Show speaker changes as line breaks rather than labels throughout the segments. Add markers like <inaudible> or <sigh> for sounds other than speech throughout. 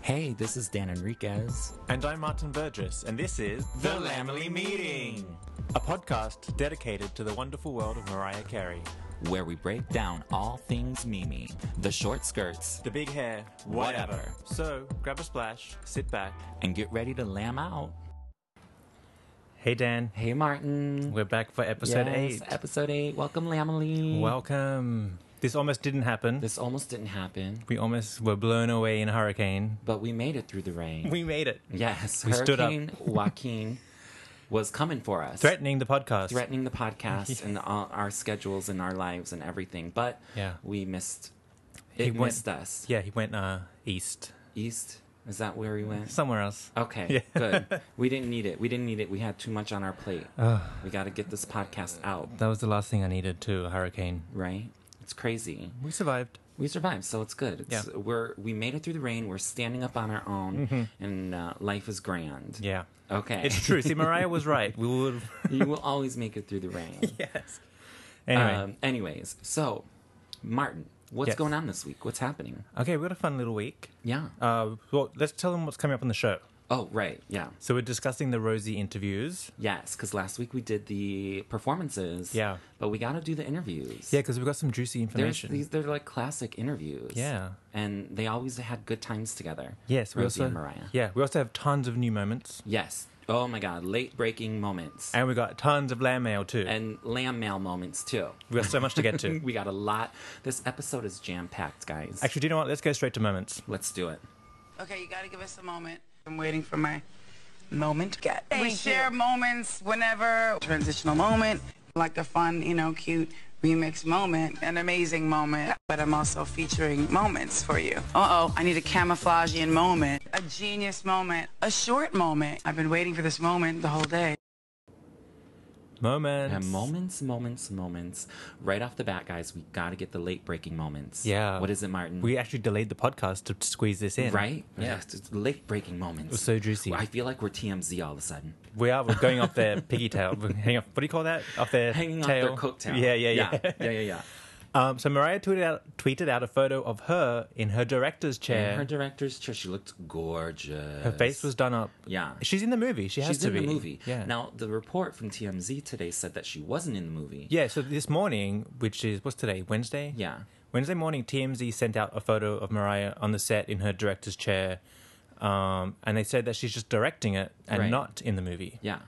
Hey, this is Dan Enriquez.
And I'm Martin Burgess, and this is The Lamely Meeting, a podcast dedicated to the wonderful world of Mariah Carey.
where we break down all things Mimi, the short skirts,
The big hair,
Whatever.
whatever. So grab a splash, sit back.
and get ready to lamb out.
Hey, Dan.
Hey, Martin.
We're back for episode
Yes,
8.
Episode 8. Welcome, Lamely.
Welcome. This almost didn't happen.
This almost didn't happen,
we almost were blown away in a hurricane.
but we made it through the rain.
We made it.
yes,
we stood up.
Hurricane Joaquin was coming for us.
Threatening the podcast.
Threatening the
<laughs>
podcast and all our schedules and our lives and everything, but
Yeah.
we missed. It
went-
missed us.
Yeah, he went uh, east.
East is that where we went?
Somewhere else.
Okay,
<laughs>
good. We didn't need it. We didn't need it. We had too much on our plate. we got to get this podcast out,
That was the last thing I needed, too, a hurricane.
right? It's crazy.
We survived.
We survived, so it's good. It's,
Yeah.
We're we made it through the rain. We're standing up on our own, and uh, life is grand.
Mm-hmm. Yeah.
Okay,
It's true. See, Mariah was right. <laughs> We would.
<laughs> you will always make it through the rain.
yes. <laughs> Anyway.
Um, anyways, so Martin, what's
Yes.
going on this week? What's happening?
Okay, we got a fun little week.
Yeah.
Uh, well, let's tell them what's coming up on the show.
oh, right. Yeah.
So we're discussing the Rosie interviews.
Yes, because last week we did the performances.
Yeah.
But we got to do the interviews.
Yeah, because we've got some juicy
There's
information.
these they're like classic interviews.
Yeah.
And they always had good times together.
yes, we
Rosie
also
and Mariah.
yeah, we also have tons of new moments,
Yes. Oh my god, late breaking moments.
and we got tons of land mail too.
And lamb mail moments too.
<laughs> we got so much to get to.
We got a lot. This episode is jam packed, guys.
Actually, do you know what? Let's go straight to moments.
Let's do it.
Okay, you gotta give us a moment. I'm waiting for my moment. we share moments whenever transitional moment, like a fun, you know, cute remix moment, an amazing moment. But I'm also featuring moments for you. Uh oh, I need a camouflage in moment, a genius moment, a short moment. I've been waiting for this moment the whole day.
Moments.
And moments, moments, moments. Right off the bat, guys, we got to get the late breaking moments.
Yeah.
What is it, Martin?
We actually delayed the podcast to squeeze this in.
Right? Yes, it's late breaking moments.
so juicy.
I feel like we're TMZ all of a sudden.
We are we're going off their piggy tail. <laughs> We're hanging off. What do you call that? Off their
Hanging
tail.
off their cocktail.
Yeah, yeah, yeah.
Yeah, yeah, yeah.
<laughs>
yeah.
Um, so Mariah tweeted out tweeted out a photo of her in her director's chair.
And her director's chair, she looked gorgeous.
Her face was done up.
Yeah.
She's in the movie. She has
She's
to
in
be.
the movie.
Yeah.
Now the report from TMZ today said that she wasn't in the movie.
Yeah. So this morning, which is what's today, Wednesday.
Yeah.
Wednesday morning, TMZ sent out a photo of Mariah on the set in her director's chair, um, and they said that she's just directing it and
Right.
not in the movie.
Yeah.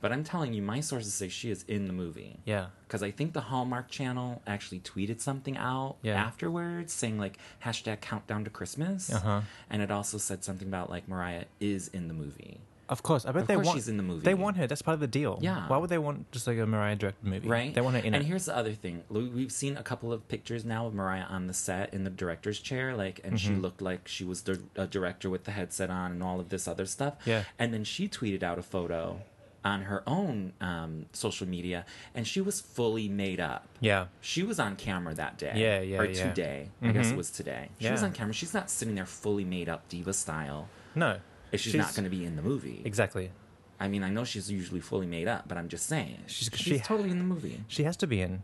But I'm telling you, my sources say she is in the movie.
Yeah.
Because I think the Hallmark Channel actually tweeted something out
Yeah.
afterwards saying like hashtag countdown to Christmas.
Uh-huh.
And it also said something about like Mariah is in the movie.
Of course. I bet they
course
want.
she's in the movie.
They want her. That's part of the deal.
Yeah.
Why would they want just like a Mariah directed movie?
Right?
They want her in
and
it.
here's the other thing. Lu- We've seen a couple of pictures now of Mariah on the set in the director's chair, like, and
Mm-hmm.
she looked like she was the a director with the headset on and all of this other stuff.
Yeah.
And then she tweeted out a photo on her own um, social media, and she was fully made up.
Yeah.
She was on camera that day.
Yeah, yeah,
Or
yeah. Mm-hmm.
today. I guess it was today. She was
Yeah.
on camera. She's not sitting there fully made up diva style.
No.
If she's, not going to be in the movie.
Exactly.
I mean, I know she's usually fully made up, but I'm just saying.
She's-
she's
she-
totally in the movie.
She has to be in.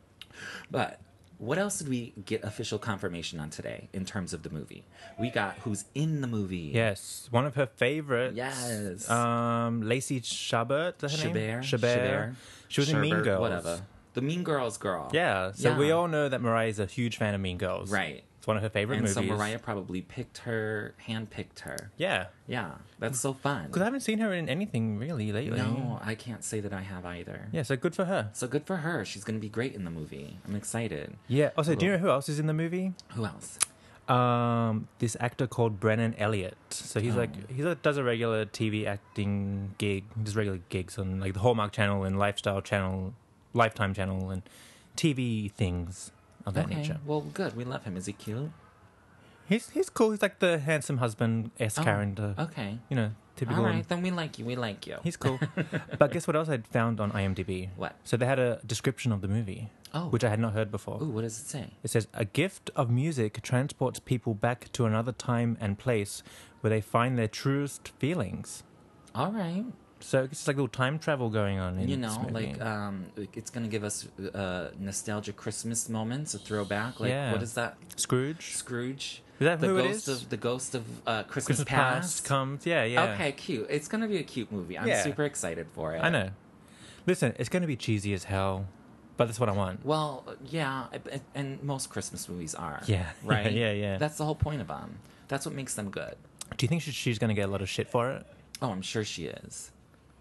But what else did we get official confirmation on today in terms of the movie? We got who's in the movie.
Yes, one of her favorites.
Yes.
Um, Lacey Chabert. Is that her name?
Chabert.
Chabert. She was in Mean
Sherbert,
Girls.
Whatever. The Mean Girls girl.
Yeah. So we
Yeah.
all know that Mariah is a huge fan of Mean Girls.
Right.
That's one of her favorite
and
movies.
so Mariah probably picked her, handpicked her.
Yeah,
Yeah, that's so fun.
because I haven't seen her in anything really lately.
No, I can't say that I have either.
Yeah, so good for her.
So good for her. She's going to be great in the movie. I'm excited.
Yeah. Also, do you know who else is in the movie?
Who else?
Um, this actor called Brennan Elliott. So he's
Oh.
like he does a regular TV acting gig, just regular gigs on like the Hallmark Channel and Lifestyle Channel, Lifetime Channel, and TV things of that nature.
Well, good. We love him. Is he cute?
He's he's cool. He's like the handsome husband s
Oh,
character.
Okay.
You know,
All
typical.
right, then we like you. We like you.
He's
<laughs>
cool. but guess what else I'd found on IMDb?
What?
So they had a description of the movie,
Oh.
which I had not heard before.
Ooh, what does it say?
It says, A gift of music transports people back to another time and place where they find their truest feelings.
All right.
So it's like a little time travel going on. In
You
this
know,
movie.
like um, it's gonna give us uh, nostalgia Christmas moments, a throwback. Like,
Yeah.
what is that?
Scrooge.
Scrooge.
Is that
the
who it
ghost
is?
of the ghost of uh, Christmas,
Christmas
past?
past comes. Yeah, yeah.
Okay, cute. It's gonna be a cute movie. I'm
Yeah.
super excited for it.
I know. Listen, it's going to be cheesy as hell, but that's what I want.
Well, yeah, and- and most Christmas movies are.
Yeah, <laughs>
Right?
yeah, yeah.
That's the whole point of them. That's what makes them good.
Do you think she- she's going to get a lot of shit for it?
Oh, I'm sure she is,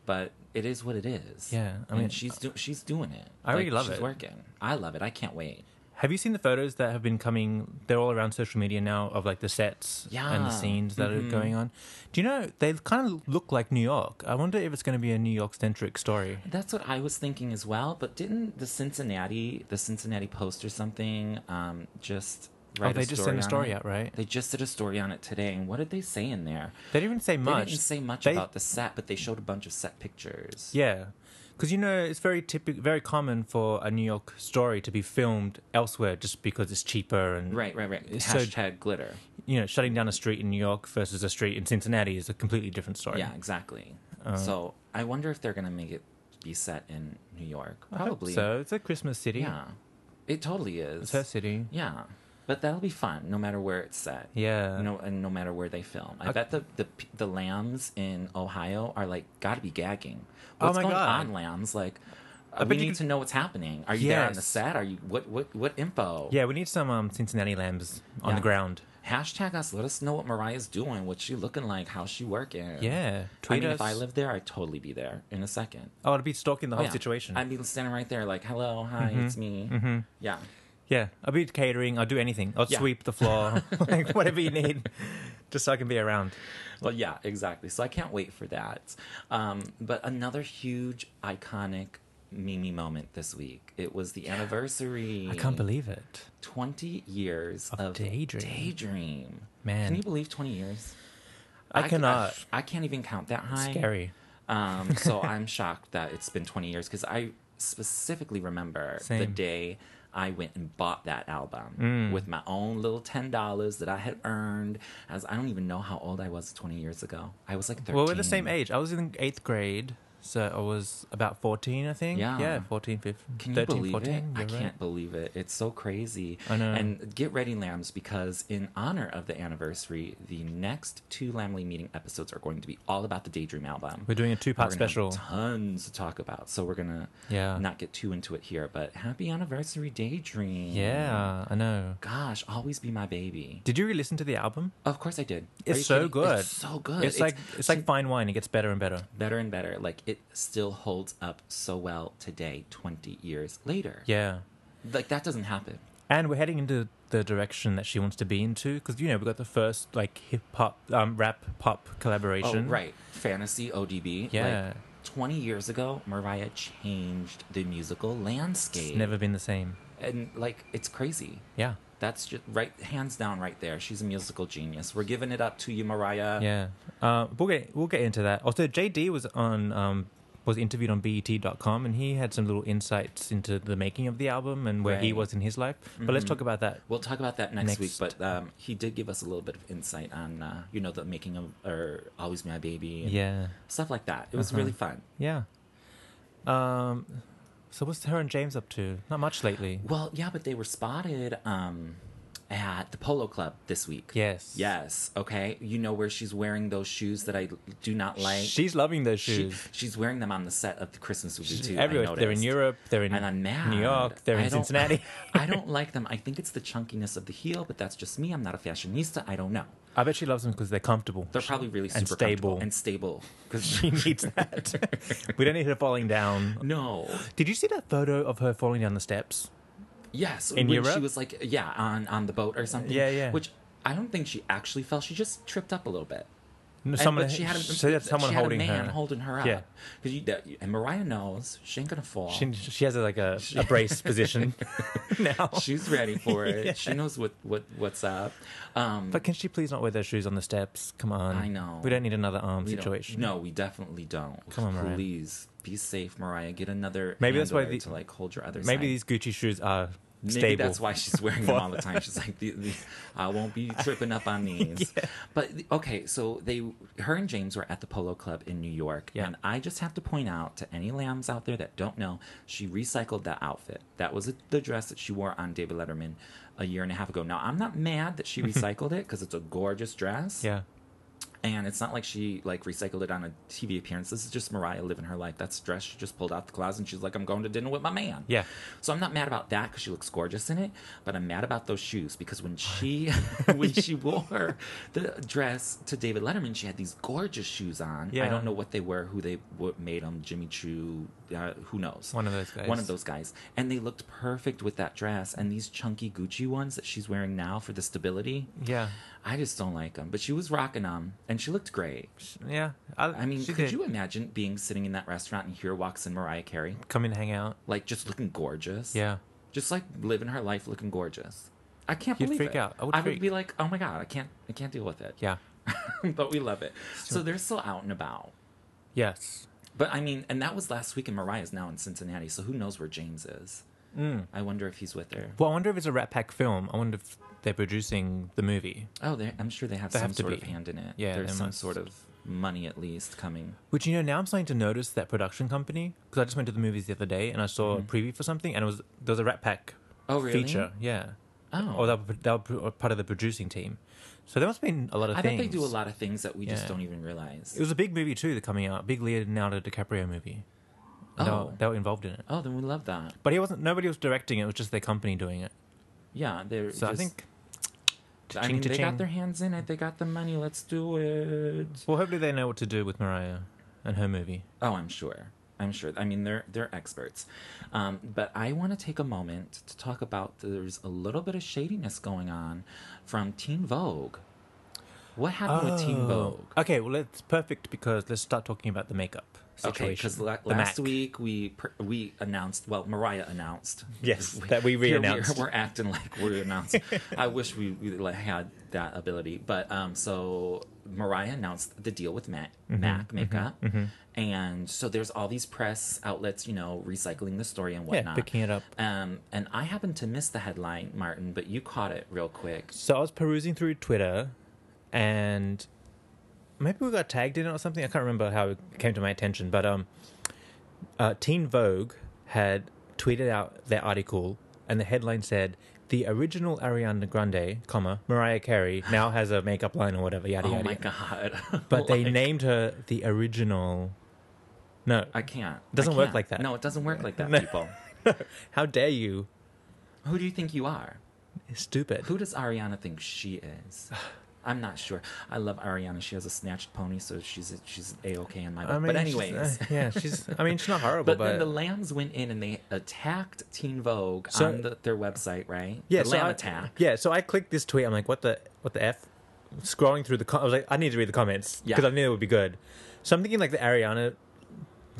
but it is what it is.
Yeah,
I
I
mean,
mean-
she's do- she's doing it.
I really love
she's
it.
Working. I love it. I can't wait.
Have you seen the photos that have been coming? They're all around social media now of like the sets and
Yeah. Mm-hmm.
the scenes that are going on. Do you know they kind of look like New York? I wonder if it's going to be a New York centric story.
That's what I was thinking as well. But didn't the Cincinnati, the Cincinnati Post or something, um, just write
Oh, they
a
just
story
sent a
on
story
it?
out, right?
They just did a story on it today. And what did they say in there?
They didn't even say
They
much.
didn't say much
They-
about the set, but they showed a bunch of set pictures.
Yeah, because you know it's very typical, very common for a New York story to be filmed elsewhere just because it's cheaper and
Right, right, right.
So-
Hashtag glitter.
you know shutting down a street in New York versus a street in Cincinnati is a completely different story.
Yeah, exactly.
Uh-huh.
so I wonder if they're gonna make it be set in New York.
I hope
Probably.
So it's a Christmas city.
Yeah, it totally is.
it's her city.
Yeah, but that'll be fun, no matter where it's set.
Yeah.
No, and no matter where they film, I bet the, the p- the lambs in Ohio are like gotta be gagging.
Oh
What's
my
going
God.
on, lambs? Like, uh,
bet
we
you
need
could-
to know what's happening. Are you there on the
Yes.
set? Are you what what what info?
Yeah, we need some um, Cincinnati lambs on
Yeah.
the ground.
Hashtag us. Let us know what Mariah's doing. What she looking like? How she working?
Yeah,
I
tweet
mean,
us.
if I lived there, I'd totally be there in a second.
Oh, I'd be stalking the whole
Yeah.
situation. Mm-hmm.
I'd be standing right there, like, "Hello, hi, it's me." Yeah,
yeah, I'd be catering. I'll do anything. I'll
Yeah.
sweep the
<laughs>
floor, <laughs> like whatever you need, just so I can be around.
well, yeah, exactly. So I can't wait for that. Um, but another huge, iconic Mimi moment this week. It was the anniversary.
I can't believe it.
twenty years of,
Daydream.
Daydream.
Man.
can you believe twenty years?
I,
c-
cannot.
I, can't even count that high.
Scary.
Um,
<laughs>
so I'm shocked that it's been 20 years because I specifically remember the
Same. Mm.
day I went and bought that album with my own little ten dollars that I had earned. As I don't even know how old I was 20 years ago. I was like 13.
Well, we're the same age. I was in eighth grade, so I was about 14, I think.
Yeah.
Yeah, 14, 15.
Can you
13,
believe
14.
it? I
you're
can't
right.
believe it. It's so crazy.
I know.
And get ready, lambs, because in honor of the anniversary, the next two Lamley meeting episodes are going to be all about the Daydream album.
We're doing a two-part
We're gonna have
special.
tons to talk about, so we're gonna
Yeah.
not get too into it here. But happy anniversary, Daydream.
Yeah, I know.
Gosh, always be my baby.
Did you really listen to the album?
Of course I did. Are you
It's so
kidding?
good.
Uh, It's so good.
It's, like it's like fine wine. It gets better and better.
better and better. Like it still holds up so well today, twenty years later.
Yeah.
Like that doesn't happen.
And we're heading into the direction that she wants to be into because you know we got the first like hip hop, um, rap, pop
Oh,
collaboration.
right. Fantasy ODB.
Yeah.
Like, 20 years ago, Mariah changed the musical landscape.
It's never been the same.
And, like, it's crazy.
Yeah.
That's just right, hands down, right there. She's a musical genius. We're giving it up to you, Mariah.
Yeah. Uh, we'll get we'll get into that. Also, JD was on um, was interviewed on E BET.com and he had some little insights into the making of the album and where he
Right. Mm-hmm.
was in his life. But let's talk about that.
We'll talk about that next, week,
Next.
but um, he did give us a little bit of insight on, uh, you know, the making of or Always My Baby. and
Yeah. Uh-huh.
Stuff like that. It was really fun.
Yeah. Um, so what's her and James up to? Not much lately.
Well, yeah, but they were spotted um, at the Polo Club this week.
Yes.
Yes. Okay. You know where she's wearing those shoes that I do not like.
She's loving those
She-
shoes.
she's wearing them on the set of the Christmas movie too. I
everywhere. They're in
noticed.
Europe. They're in
and I'm mad.
New York. They're
I
in
don't-
Cincinnati.
<laughs> I don't like them. I think it's the chunkiness of the heel, but that's just me. I'm not a fashionista. I don't know.
I bet she loves them because they're comfortable.
They're probably really super
and stable.
comfortable and stable. Because
<laughs> she needs that.
<laughs>
we don't need her falling down.
no,
Did you see that photo of her falling down the steps?
yes,
In
when
Europe?
she was like, yeah, on on the boat or something.
Yeah, yeah.
Which I don't think she actually fell. She just tripped up a little bit.
No,
And-
someone
but she had a,
so that's someone
she had a
holding
man
her.
holding her up.
Yeah.
Because you that- and Mariah knows she ain't gonna fall.
<laughs> She, she has a, like a, a
<laughs>
brace position now.
She's ready for it. She knows what what what's up. Um,
But can she please not wear those shoes on the steps? Come on.
I know.
We don't need another arm
We don't-
situation.
No, we definitely don't.
Come on, Mariah.
Please be safe, Mariah. Get another.
Maybe that's why
handler
the-
to like hold your other.
Maybe
side.
these Gucci shoes are
Maybe
stable.
that's why she's wearing them all the time. She's like, "The- the- I won't
<laughs>
be tripping up on these. But okay, so they, her and James were at the Polo Club in New York,
Yeah.
and I just have to point out to any lambs out there that don't know, she recycled that outfit. That was the dress that she wore on David Letterman a year and a half ago. Now I'm not mad that
<laughs>
she recycled it because it's a gorgeous dress
Yeah.
and it's not like she like recycled it on a TV appearance. This is just Mariah living her life. That's dress she just pulled out the closet and she's like, "I'm going to dinner with my man."
Yeah.
So I'm not mad about that because she looks gorgeous in it, but I'm mad about those shoes because when she <laughs> when she wore the dress to David Letterman, she had these gorgeous shoes on. I
Yeah.
don't know what they were, who they what made them, Jimmy Choo, uh, who knows?
One of those guys.
One of those guys, and they looked perfect with that dress and these chunky Gucci ones that she's wearing now for the stability.
Yeah.
I just don't like them. But she was rocking them, and she looked great.
Yeah.
I mean,
she
could
did.
you imagine being sitting in that restaurant and here walks in Mariah Carey,
come in, hang out?
like just looking gorgeous?
Yeah.
just like living her life looking gorgeous. I can't
You'd
believe
freak
it.
out. I would freak.
be like, oh my god, I can't, I can't deal with it.
Yeah.
<laughs> but we love it. So they're still out and about.
Yes.
But I mean, and that was last week, and Mariah's now in Cincinnati, so who knows where James is? Mm. I wonder if he's with her.
Well, I wonder if it's a Rat Pack film. I wonder if they're producing the movie.
Oh, they're- I'm sure they have
They
some
have to
sort of
be.
hand in it.
Yeah,
there's
they
some
must.
sort of money at least coming.
Which you know now I'm starting to notice that production company because I just went to the movies the other day and I saw a preview for something and it was there was a Rat Pack
Mm-hmm. Oh, really?
feature, yeah.
Oh.
or they were, they were pr- part of the producing team. So there must have been a lot of
I
things.
bet they do a lot of things that we just
Yeah.
don't even realize.
It was a big movie too that coming out, big Leonardo DiCaprio movie. And They,
Oh.
were, they were involved in it,
Oh, then we love that.
but he wasn't. Nobody was directing it. It was just their company doing it.
Yeah, they're.
So I
just-
think.
I mean,
Cha-ching,
they
cha-ching.
got their hands in it. They got the money. Let's do it.
Well, hopefully they know what to do with Mariah and her movie.
Oh, I'm sure. I'm sure. I mean, they're they're experts. Um, but I want to take a moment to talk about there's a little bit of shadiness going on from Teen Vogue. What happened with
Oh.
Teen Vogue?
Okay, well it's perfect because let's start talking about the makeup situation.
Okay, because la-
The
last
Mac.
week we pr- we announced, well, Mariah announced.
Yes, that we
Here are- <laughs>
re-announced.
We're, acting like we announced. I wish we, we like, had that ability, but um, so Mariah announced the deal with Mac,
Mm-hmm,
Mac Makeup, and so there's all these press outlets, you know, recycling the story and whatnot,
picking it up.
Um, and I happened to miss the headline, Martin, but you caught it real quick.
So I was perusing through Twitter, and maybe we got tagged in it or something. I can't remember how it came to my attention, but um, uh, Teen Vogue had tweeted out their article, and the headline said, "The original Ariana Grande, comma Mariah Carey now has a makeup line or whatever." Yada
Oh
yada.
my
yada."
god! <laughs>
But they
Like,
named her the original. No, <laughs>
I can't. I
Doesn't work
can't.
like that.
No, it doesn't work like that,
<laughs> No.
people.
how dare you?
Who do you think you are?
Stupid.
Who does Ariana think she
<sighs>
is? I'm not sure. I love Ariana. She has a snatched pony, so she's she's a okay in my book. but
she's-
anyways,
uh, yeah, she's. I mean, she's <laughs> not horrible,
<laughs> but
but,
then the Lambs went in and they attacked Teen Vogue
So-
on the, their website, right?
Yeah,
the
so
Lamb
I,
attack.
Yeah, so I clicked this tweet. I'm like, what the what the f? Scrolling through the, com- I was like, I need to read the comments
Yeah.
because I knew it would be good. So I'm thinking like the Ariana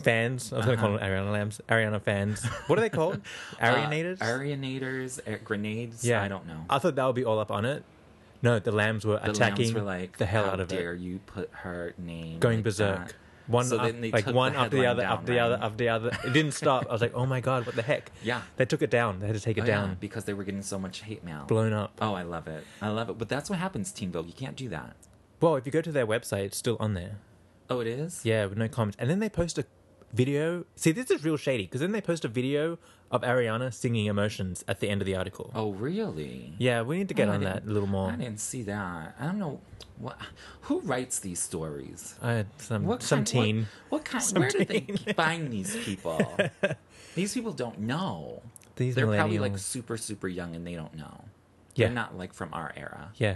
fans. I was going to call them Ariana Lambs. Ariana fans. What are they called? Arianators.
Uh-huh. <laughs> Uh, Arianators, air, grenades.
yeah,
I don't know.
I thought that would be all up on it. No, the lambs were
the
attacking
Lambs were like,
the hell
"How
out of
dare
it,
you put her name
going
like
berserk.
that."
One
So
up,
then they
like
took
one up the
headline
other,
down,
up the
right?
other, up the other. It didn't stop. I was like, oh my god, what the heck?
Yeah.
they took it down. They had to take it
Oh, yeah,
down.
because they were getting so much hate mail.
Blown up.
Oh, I love it. I love it. But that's what happens, Teen Vogue. You can't do that.
Well, if you go to their website, it's still on there.
Oh, it is.
Yeah, with no comments. And then they post a, video. See, this is real shady because then they post a video of Ariana singing Emotions at the end of the article.
Oh, really?
Yeah, we need to get
Oh, I
on that
didn't-
a little more.
I didn't see that. I don't know what. Who writes these stories?
I, some
What
some
kind, what- What,
teen.
kind? where do they <laughs> find these
<laughs>
people? these people don't know.
These
They're probably
millennials.
like super super young and they don't know.
Yeah.
They're not like from our era.
Yeah,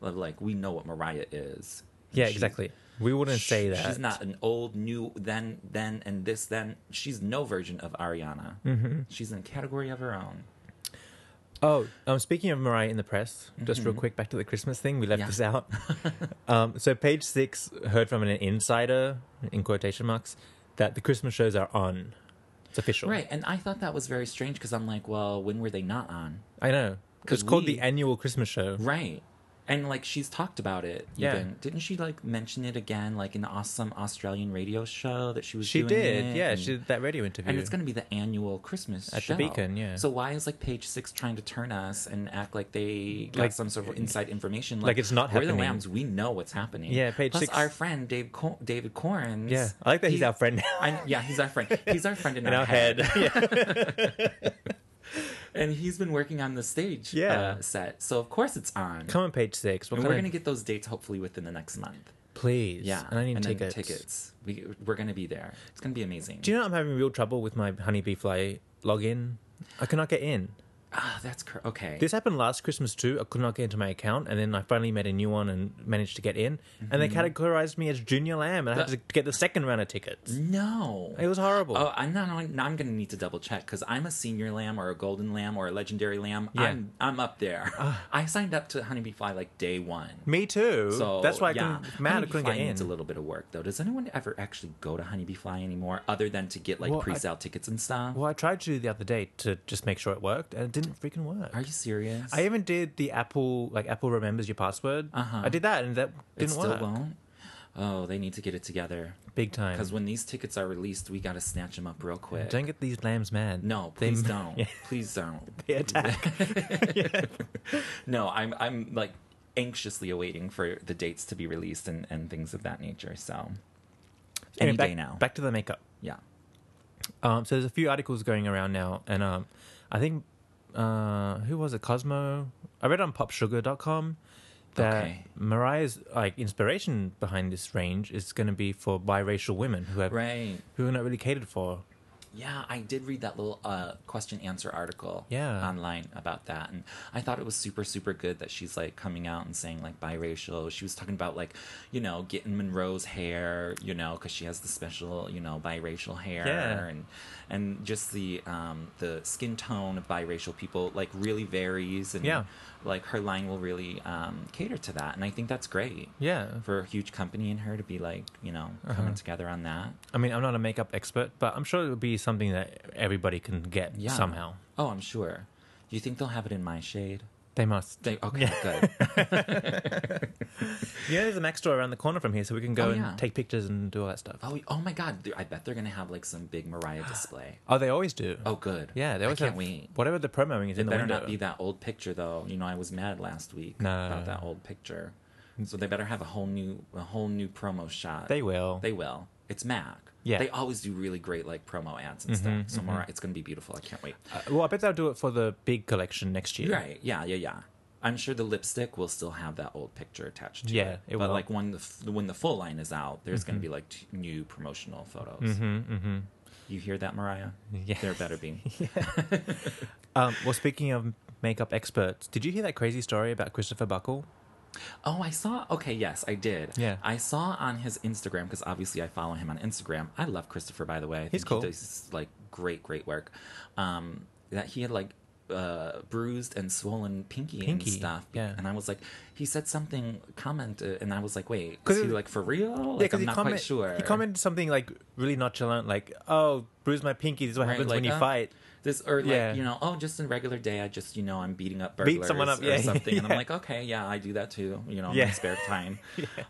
Of, Like we know what Mariah is.
yeah,
She's-
exactly. We wouldn't say that.
She's not an old, new, then, then, and this, then. She's no version of Ariana.
Mm-hmm.
She's in a category of her own.
Oh, um, speaking of Mariah in the press, just real quick back to the Christmas thing. We left
Mm-hmm. Yeah. <laughs>
this out. um, so page six heard from an insider in quotation marks that the Christmas shows are on. It's official,
Right, and I thought that was very strange because I'm like, well, when were they not on?
I know. It's
Could
called
we-
the annual Christmas show.
Right. And like she's talked about it.
Yeah.
Even. Didn't she like mention it again, like in the awesome Australian radio show that she was
She
doing?
did,
it,
yeah.
and,
She did that radio interview.
and it's going to be the annual Christmas
At the
show.
Beacon, yeah.
So why is like Page Six trying to turn us and act like they got
Like-
some sort of inside information?
like it's not
we're
happening.
the Lambs. We know what's happening.
Yeah, Page
Plus
Six-
Our friend Dave Co- David Corns.
Yeah, I like that he's
he-
our friend now.
I, yeah, he's our friend. He's our friend in,
<laughs> in our head.
<laughs> and he's been working on the stage
Yeah.
uh, set. So of course it's on.
Come on, page six. What
and
kind
we're
of-
gonna get those dates hopefully within the next month.
please.
Yeah,
and I need
and then
tickets.
tickets. We, we're gonna be there. It's gonna be amazing.
Do you know I'm having real trouble with my honeybee fly login? I cannot get in.
Ah, that's cr- okay.
This happened last Christmas too. I could not get into my account, and then I finally made a new one and managed to get in. And they categorized me as Junior Lamb, and I had to
Mm-hmm. That-
get the second round of tickets.
no,
It was horrible.
Oh, I'm not. I'm I'm gonna need to double check because I'm a senior lamb or a golden lamb or a legendary lamb.
Yeah.
I'm I'm up there. I signed up to Honeybee Fly like day one.
Me too.
So
That's why I
yeah.
couldn't, mad I
Honeybee
couldn't
Fly
get in.
needs a little bit of work though. Does anyone ever actually go to Honeybee Fly anymore, other than to get like
Well, I-
pre-sale tickets and stuff?
well, I tried to the other day to just make sure it worked, and it didn't freaking work.
Are you serious?
I even did the Apple, like Apple remembers your password.
Uh-huh.
I did that, and that
it
didn't
still
work.
won't. Oh, they need to get it together.
Big time.
Because when these tickets are released, we gotta snatch them up real quick.
Don't get these lambs mad. <laughs>
no,
They-
please don't.
Yeah,
Please don't.
they attack.
No, I'm I'm like anxiously awaiting for the dates to be released and, and things of that nature. So <laughs> any
Anyway, back,
day now.
Back to the makeup.
yeah.
Um, so there's a few articles going around now, and um, I think uh, who was it? Cosmo. I read on PopSugar.com that
Okay.
Mariah's like inspiration behind this range is going to be for biracial women who have
Right.
who are not really catered for.
Yeah, I did read that little uh, question answer article
Yeah.
online about that. And I thought it was super, super good that she's like coming out and saying like biracial. She was talking about like, you know, getting Monroe's hair, you know, because she has the special, you know, biracial hair.
Yeah.
And, and just the um, the skin tone of biracial people like really varies. And
Yeah.
like her line will really um, cater to that. And I think that's great.
Yeah, Uh-huh.
For a huge company and her to be like, you know, coming together on that.
I mean, I'm not a makeup expert, but I'm sure it'll be something that everybody can get
Yeah.
somehow.
Oh, I'm sure. Do you think they'll have it in my shade?
They must. <laughs>
They, okay, good.
You know, there's a Mac store around the corner from here, so we can go
Oh,
and
yeah.
take pictures and do all that stuff.
Oh, oh my God! I bet they're gonna have like some big
<gasps>
Mariah display.
Oh, they always do.
Oh, good.
yeah, they always
I can't
have
wait.
whatever the promoing is
It
in the
better
window.
not be that old picture though. You know, I was mad last week
No.
about that old picture. So they better have a whole new, a whole new promo shot.
They will.
They will. It's Mac.
Yeah. Mm-hmm,
They always do really great like promo ads and stuff. So Mariah, it's gonna be beautiful. I can't wait.
Uh, well, I bet they'll do it for the big collection next year.
Right. Yeah. Yeah. Yeah. I'm sure the lipstick will still have that old picture attached to it.
Yeah, it
but
will. Mm-hmm.
like when the f- when the full line is out, there's going to be like t- new promotional photos. Mm-hmm, mm-hmm. You hear that,
<laughs>
Mariah?
Yeah.
There better be.
Um, well, speaking of makeup experts, did you hear that crazy story about Christopher Buckle?
Oh, I saw. Okay, yes, I did.
Yeah.
I saw on his Instagram because obviously I follow him on Instagram. I love Christopher, by the way. I
He's
think
cool.
He does like great, great work. Um, that he had like uh, bruised and swollen pinky,
Pinky,
and stuff.
yeah.
And I was like, he said something, commented, and I was like, wait,
'Cause
is he
it-
like for real?
Yeah,
Like,
'cause
I'm not
comment-
quite sure.
He commented something like really nonchalant, like, "Oh, bruise my pinky. This is what
Right,
happens when you
uh,
fight."
This or like
Yeah.
you know, oh, just a regular day. I just you know I'm beating up burglars
Beat someone up,
or
yeah, <laughs>
something, and
yeah.
I'm like, okay, yeah, I do that too. You know, in
<laughs> Yeah.
my spare time.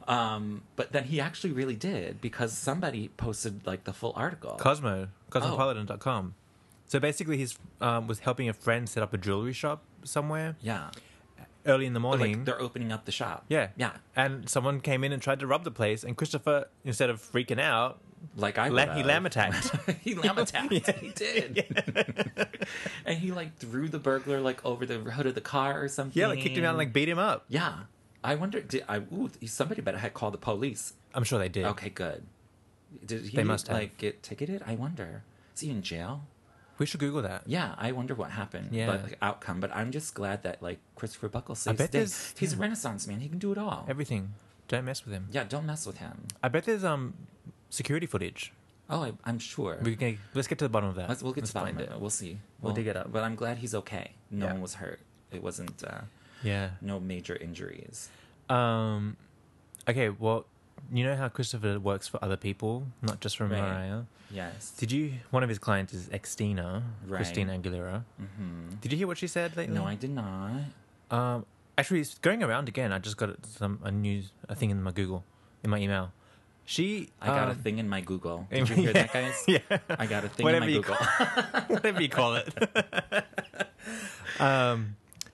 um, but then he actually really did because somebody posted like the full article.
Cosmo, cosmopolitan.com.
Oh.
So basically, he's um, was helping a friend set up a jewelry shop somewhere
yeah,
early in the
But,
morning.
like they're opening up the shop.
yeah,
yeah.
And someone came in and tried to rob the place, and Christopher, instead of freaking out,
like I
La- he
would've.
lam attacked.
<laughs> he lamb attacked.
<laughs>
He did. and he like threw the burglar like over the hood of the car or something.
yeah, like kicked him out and like beat him up.
yeah. I wonder. Did I? Ooh, somebody better had called the police.
I'm sure they did.
Okay, good. Did he
They must have.
like get ticketed? I wonder. Is he in jail?
We should Google that.
Yeah, I wonder what happened.
Yeah.
But like, outcome. But I'm just glad that like Christopher Buckle
I
saves
bet
the day.
there's-
He's a renaissance man. He can do it all.
Everything. Don't mess with him.
yeah, don't mess with him.
I bet there's um security footage.
Oh, I, I'm sure.
We can let's get to the bottom of that.
Let's, we'll get to the bottom
find
of it. We'll see.
We'll dig it up.
But I'm glad he's okay. No
Yeah.
one was hurt. It wasn't uh,
Yeah.
no major injuries.
Um. Okay. Well, you know how Christopher works for other people, not just for
Right.
Mariah.
Yes.
Did you? One of his clients is Xtina,
Right.
Christina Aguilera. Mm-hmm. Did you hear what she said lately?
no, I did not.
Um, actually, it's going around again. I just got some a news a thing in my Google, in my email. She
I got a
um,
thing in my Google.
<laughs>
Did you hear that, guys?
Yeah.
I got a thing
Whatever
in my
you
Google.
<laughs> whatever you call it. <laughs> um,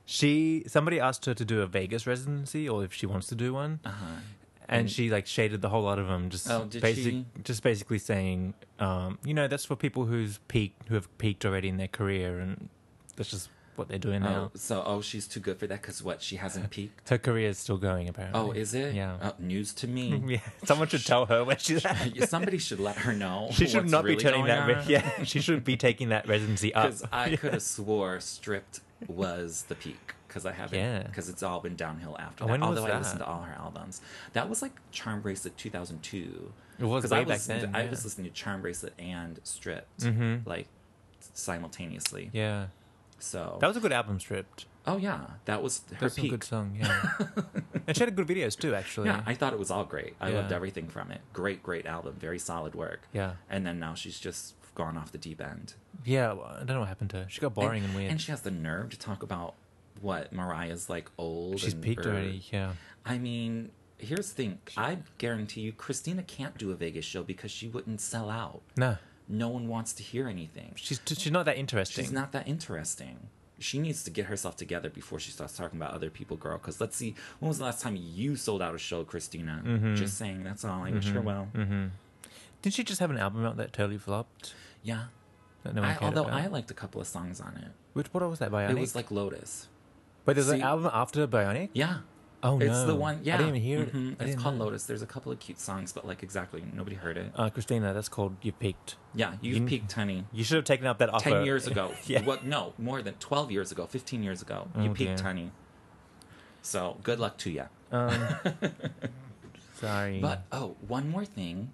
she somebody asked her to do a Vegas residency or if she wants to do one,
uh-huh.
and she like shaded the whole lot of them. Just
Oh, did
basic,
she?
just basically saying, um, you know, that's for people who's peaked, who have peaked already in their career, and that's just what they're doing
Oh,
now.
so, oh, she's too good for that because what? She
<laughs>
hasn't peaked?
Her career is still going apparently.
Oh, is it?
Yeah.
Oh, news to me.
<laughs> Yeah, someone should tell her where
<laughs>
she's at.
Somebody should let her know.
<laughs> She should
what's
not
really
be turning
going
that. Re-
on.
<laughs> yeah, she should be taking that residency <laughs> up.
Because I could have swore stripped was the peak. Because I haven't.
Yeah.
Because it's all been downhill after that.
When was
Although I
that?
listened to all her albums. That was like Charm Bracelet 2002.
It was
'Cause
way
I
back
listened-
then,
I
yeah. Mm-hmm.
was listening to Charm Bracelet and Stripped like simultaneously.
Yeah,
So.
that was a good album stripped.
oh yeah, that was her
That's a
peak.
good song, <laughs> yeah. and she had good videos too, actually.
Yeah, I thought it was all great. I loved
Yeah.
everything from it. Great, great album. Very solid work.
Yeah.
And then now she's just gone off the deep end.
Yeah, well, I don't know what happened to her. She got boring and, weird.
And she has the nerve to talk about what Mariah's like old.
She's
and-
peaked
or-
already. Yeah,
I mean, here's the thing. I guarantee you, Christina can't do a Vegas show because she wouldn't sell out.
no,
No one wants to hear anything.
she's t- she's not that interesting.
She's not that interesting. She needs to get herself together before she starts talking about other people, girl. Because let's see, when was the last time you sold out a show, Christina?
Mm-hmm.
Just saying, that's all. I wish her well.
Didn't she just have an album out that totally flopped?
Yeah.
That no one
I,
cared
although
about?
I liked a couple of songs on it.
Which what was that Oh, Bionic?
It was like Lotus.
Wait, there's an
see-
album after Bionic.
Yeah.
Oh
It's
no,
the one. Yeah.
I didn't even hear
Mhm.
it. I
It's
didn't
called
know.
Lotus. There's a couple of cute songs, but like exactly nobody heard it.
Uh, Christina, that's called You Peaked.
Yeah, you've
you-
peaked,
<laughs>
honey.
You should have taken up that offer
Ten years ago.
yeah.
What? No, more than twelve years ago. Fifteen years ago. You
Oh,
peaked,
dear.
honey. So good luck to ya.
<laughs> Sorry.
But oh, one more thing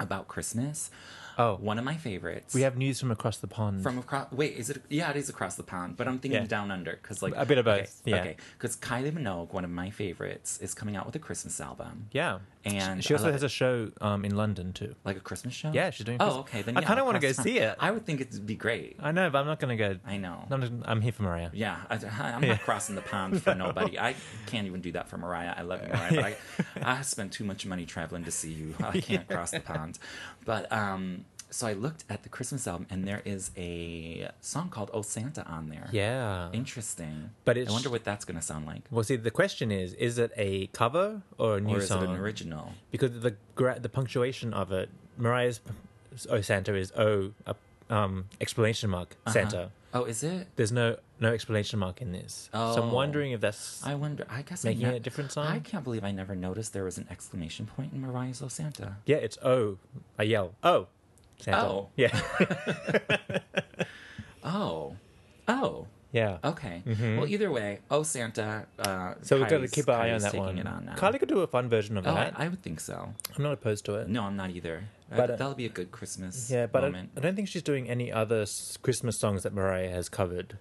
about Christmas.
oh,
One of my favorites.
we have news from across the pond.
from across. Wait, is it? Yeah, it is across the pond. But I'm thinking
Yeah.
down under because like
A bit of both,
Okay,
yeah.
because Kylie Minogue, one of my favorites, is coming out with a Christmas album.
yeah,
And
she
I
also
love
has
it.
a show um, in London too.
Like a Christmas show?
Yeah, she's doing
Oh,
Christmas-
okay. Then
I
yeah,
kinda wanna
across
go
the
see
pond.
it.
I would think it'd be great.
I know, but I'm not gonna go.
I know.
I'm, just- I'm here for Mariah.
Yeah, I,
<laughs>
am not crossing the pond for nobody. I can't even do that for Mariah. I love you, Mariah, but
<laughs>
I, I spent too much money traveling to see you. I can't cross the pond. But um, so I looked at the Christmas album, and there is a song called "Oh Santa" on there.
Yeah.
interesting.
But it's-
I wonder what that's going to sound like,
Well, see, the question is: Is it a cover or a new
or is
song?
it an original?
Because the gra- the punctuation of it, Mariah's "Oh Santa" is "Oh uh, um, exclamation mark Santa."
Oh, is it?
There's no no explanation mark in this, so I'm
Oh.
wondering if that's
I wonder. I guess
Making
I
it a different song?
I can't believe I never noticed there was an exclamation point in Mariah's "Oh Santa."
yeah. It's "Oh," I yell "Oh." Santa.
Oh.
<laughs> yeah,
Oh, oh.
yeah.
Okay. Well, either way, oh Santa. Uh,
Mm-hmm. So we've got to
Kylie's-
keep an eye on
Kylie's
that
taking
one.
It on now.
Kylie could do a fun version of
Oh, I,
that. I,
I would think so.
am not opposed to it.
No, I'm not either. Uh,
But, uh,
that'll be a good Christmas.
Yeah, but uh, I,
moment.
I don't think she's doing any other s- Christmas songs that Mariah has covered.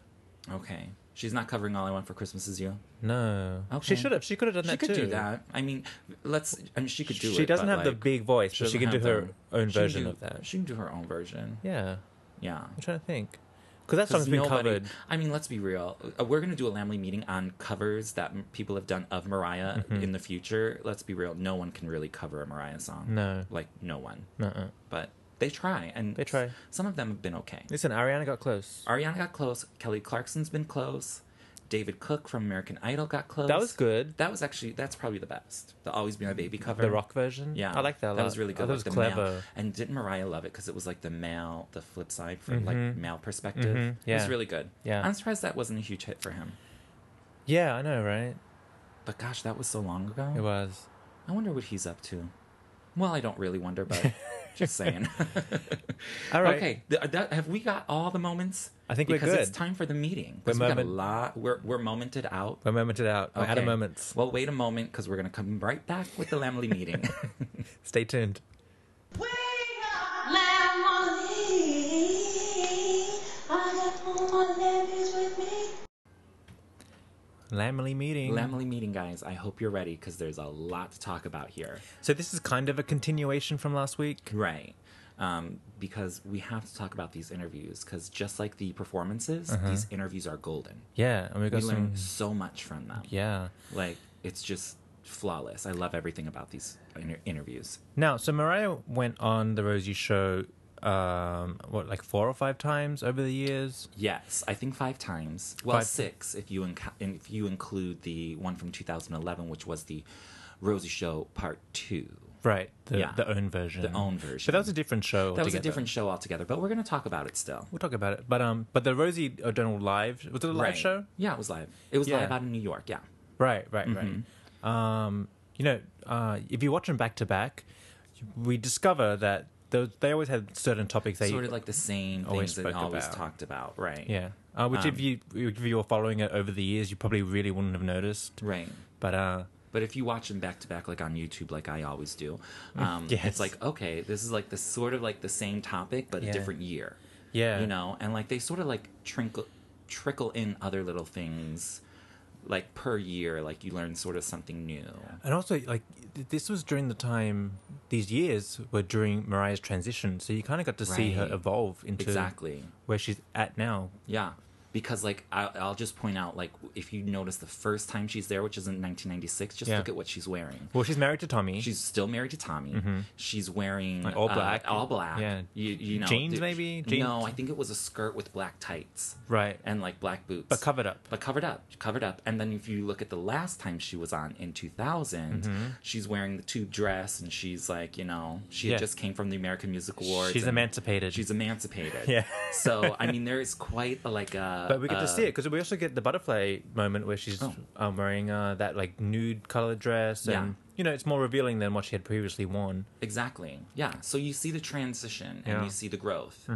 okay. She's not covering all I want for Christmas is you.
No,
Okay.
she should have. She could have done
She
that
could
too.
do that. I mean, let's. I mean, she could do it.
she doesn't
but,
have the
like,
big voice, but she
doesn't
can do
have
her
the-
own
she can
version
do-
of that.
She can do her own version.
Yeah,
Yeah.
I'm trying to think, because that song's
Because
been
nobody-
covered.
I mean, let's be real. Uh, We're going to do a Lamley meeting on covers that m- people have done of Mariah
Mm-hmm.
in the future. Let's be real. No one can really cover a Mariah song.
No.
Like, no one.
Uh-uh.
But they try. And
They try.
s- Some of them have been okay.
Listen, Ariana got close.
Ariana got close. Kelly Clarkson's been close. David Cook from American Idol got close.
That was good.
That was actually that's probably the best. The Always Be My Baby cover.
The rock version.
Yeah,
I like that. a
That was
lot.
really good.
I thought
like
it was
the male-
clever.
And didn't Mariah love it because it was like the male, the flip side from like male perspective.
Mhm.
It was
Yeah.
really good.
Yeah.
I'm surprised that wasn't a huge hit for him.
Yeah, I know, right?
But gosh, that was so long ago.
It was.
I wonder what he's up to. Well, I don't really wonder,
<laughs>
but just saying.
All right.
Okay, th- that- have we got all the moments?
I think we're
because it's
good.
time for the meeting. 'Cause
We're
we got a
moment-
lot. We're we're momented out.
We're momented out. We're out of
Okay.
moments.
Well, wait a moment because we're gonna come right back with the
<laughs>
Lamley meeting.
Stay tuned.
Wake up, Lamely. I got all my ladies with me.
Lamely meeting.
Lamley meeting, guys. I hope you're ready because there's a lot to talk about here.
so this is kind of a continuation from last week.
Right. Um, because we have to talk about these interviews because just like the performances,
Uh-huh.
these interviews are golden.
Yeah, and we
We
got some.
learn so much from them.
Yeah.
Like it's just flawless. I love everything about these inter- interviews.
Now, so Mariah went on the Rosie show, um, what like four or five times over the years.
Yes, I think five times. Well,
Five-
six if you inc- if you include the one from 2011, which was the Rosie Show Part Two.
Right. The,
Yeah.
the own version.
The own
But
version.
that was a different show.
That was a
altogether.
different show altogether, but we're going to talk about it still.
We'll talk about it. But um, but the Rosie O'Donnell live was it a live
Right.
show?
Yeah, it was live. It was
Yeah.
live out in New York. Yeah.
Right, right,
Mm-hmm.
right. Um, you know, uh, if you watch them back to back, we discover that those, they always had certain topics they
sort of like the same
always
things that they
spoke
always
about.
talked about, right?
yeah. Uh, which
Um,
if you if you were following it over the years, you probably really wouldn't have noticed.
right.
But uh,
But if you watch them back to back, like on YouTube, like I always do, um,
Mm, Yes.
it's like okay, this is like the sort of like the same topic, but
Yeah.
a different year.
Yeah.
you know, and like they sort of like trinkle, trickle in other little things, like per year, like you learn sort of something new.
and also like th- this was during the time these years were during Mariah's transition, so you kind of got to see her
Right.
evolve into
Exactly.
where she's at now.
Yeah. Because like I, I'll just point out, like if you notice the first time she's there, which is in 1996, just
Yeah.
look at what she's wearing.
Well, she's married to Tommy.
She's still married to Tommy. She's wearing
Mm-hmm. Like all
uh,
black.
all black.
Yeah.
you, you know,
Jeans,
th-
maybe? Jeans?
No, I think it was a skirt with black tights.
Right.
and like black boots,
But covered up.
But covered up, covered up. And then if you look at the last time she was on in 2000,
Mm-hmm.
she's wearing the tube dress, and she's like, you know, she
Yeah.
had just came from the American Music Awards.
She's
and
emancipated.
She's emancipated.
Yeah.
so I mean, there is quite a, like a.
But we get
a-
to see it because we also get the butterfly moment where she's
uh, Oh.
um, wearing uh, that like nude colored dress, and
Yeah.
you know it's more revealing than what she had previously worn.
Exactly. Yeah. So you see the transition and
Yeah. Mm-hmm.
you see the growth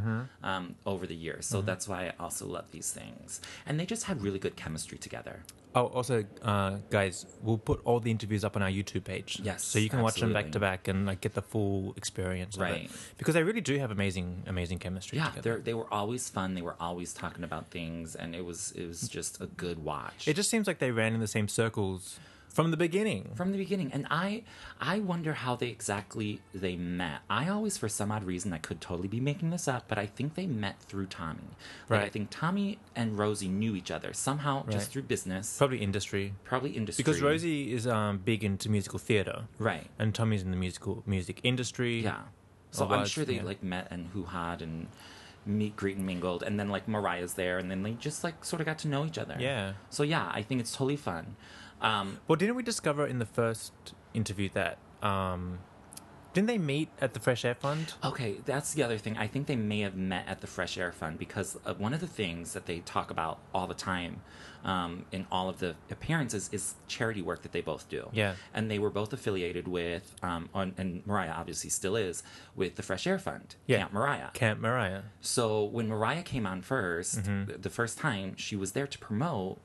um, over the years. So that's why I also love these things. And they just had really good chemistry together.
Oh, also, uh, guys, we'll put all the interviews up on our YouTube page.
Yes,
so you can watch them back to
absolutely.
back and like get the full experience, of it.
Right.
Because they really do have amazing, amazing chemistry.
Yeah,
together.
they they were always fun. They were always talking about things, and it was it was just a good watch.
it just seems like they ran in the same circles from the beginning.
from the beginning and i i wonder how they exactly they met i always for some odd reason i could totally be making this up but i think they met through tommy like i
Right.
think tommy and rosie knew each other somehow
Right.
just through business
Probably industry
probably industry
because Rosie is um, big into musical theater,
right
and Tommy's in the musical music industry.
yeah so
Or
i'm
was,
sure they
yeah.
like met and hoo-haed and meet greet and mingled and then like mariah's there and then they just like sort of got to know each other
Yeah.
so yeah i think it's totally fun um
Well, didn't we discover in the first interview that um, didn't they meet at the Fresh Air Fund?
Okay, that's the other thing. I think they may have met at the Fresh Air Fund because uh, one of the things that they talk about all the time um, in all of the appearances is charity work that they both do.
Yeah.
And they were both affiliated with, um, on, and Mariah obviously still is, with the Fresh Air Fund,
Yeah.
Camp Mariah.
Camp Mariah.
So when Mariah came on 1st th- the first time, she was there to promote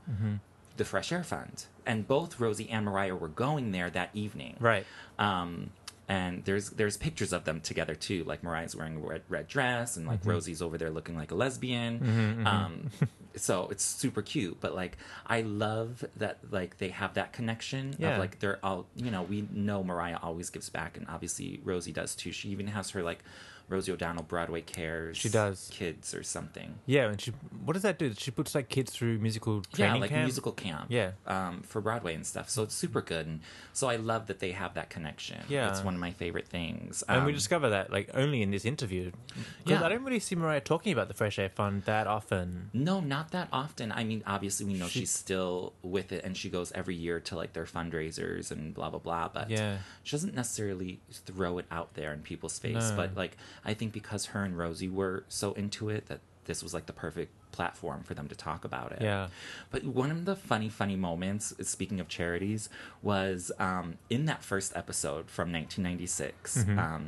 the Fresh Air Fund. And both Rosie and Mariah were going there that evening.
Right.
Um, and there's there's pictures of them together too. Like Mariah's wearing a red, red dress, and
Mm-hmm.
like Rosie's over there looking like a lesbian. Um, so it's super cute. But like I love that like they have that connection
Yeah.
of like they're all you know we know Mariah always gives back, and obviously Rosie does too. She even has her like Rosie O'Donnell Broadway Cares.
She does.
kids or something.
Yeah, and she what does that do? She puts like kids through musical training
yeah, like
camp.
musical camp.
Yeah.
um, for Broadway and stuff. So it's super good, and so I love that they have that connection.
Yeah.
it's one of my favorite things.
and we
Um,
discover that like only in this interview. 'Cause
Yeah.
I don't really see Mariah talking about the Fresh Air Fund that often.
No, not that often. I mean, obviously, we know
She-
she's still with it, and she goes every year to like their fundraisers and blah blah blah. But
Yeah.
she doesn't necessarily throw it out there in people's face.
No.
But like, I think because her and Rosie were so into it that this was like the perfect platform for them to talk about it.
Yeah.
But one of the funny, funny moments, speaking of charities, was um, in that first episode from 1996.
Mm-hmm.
Um,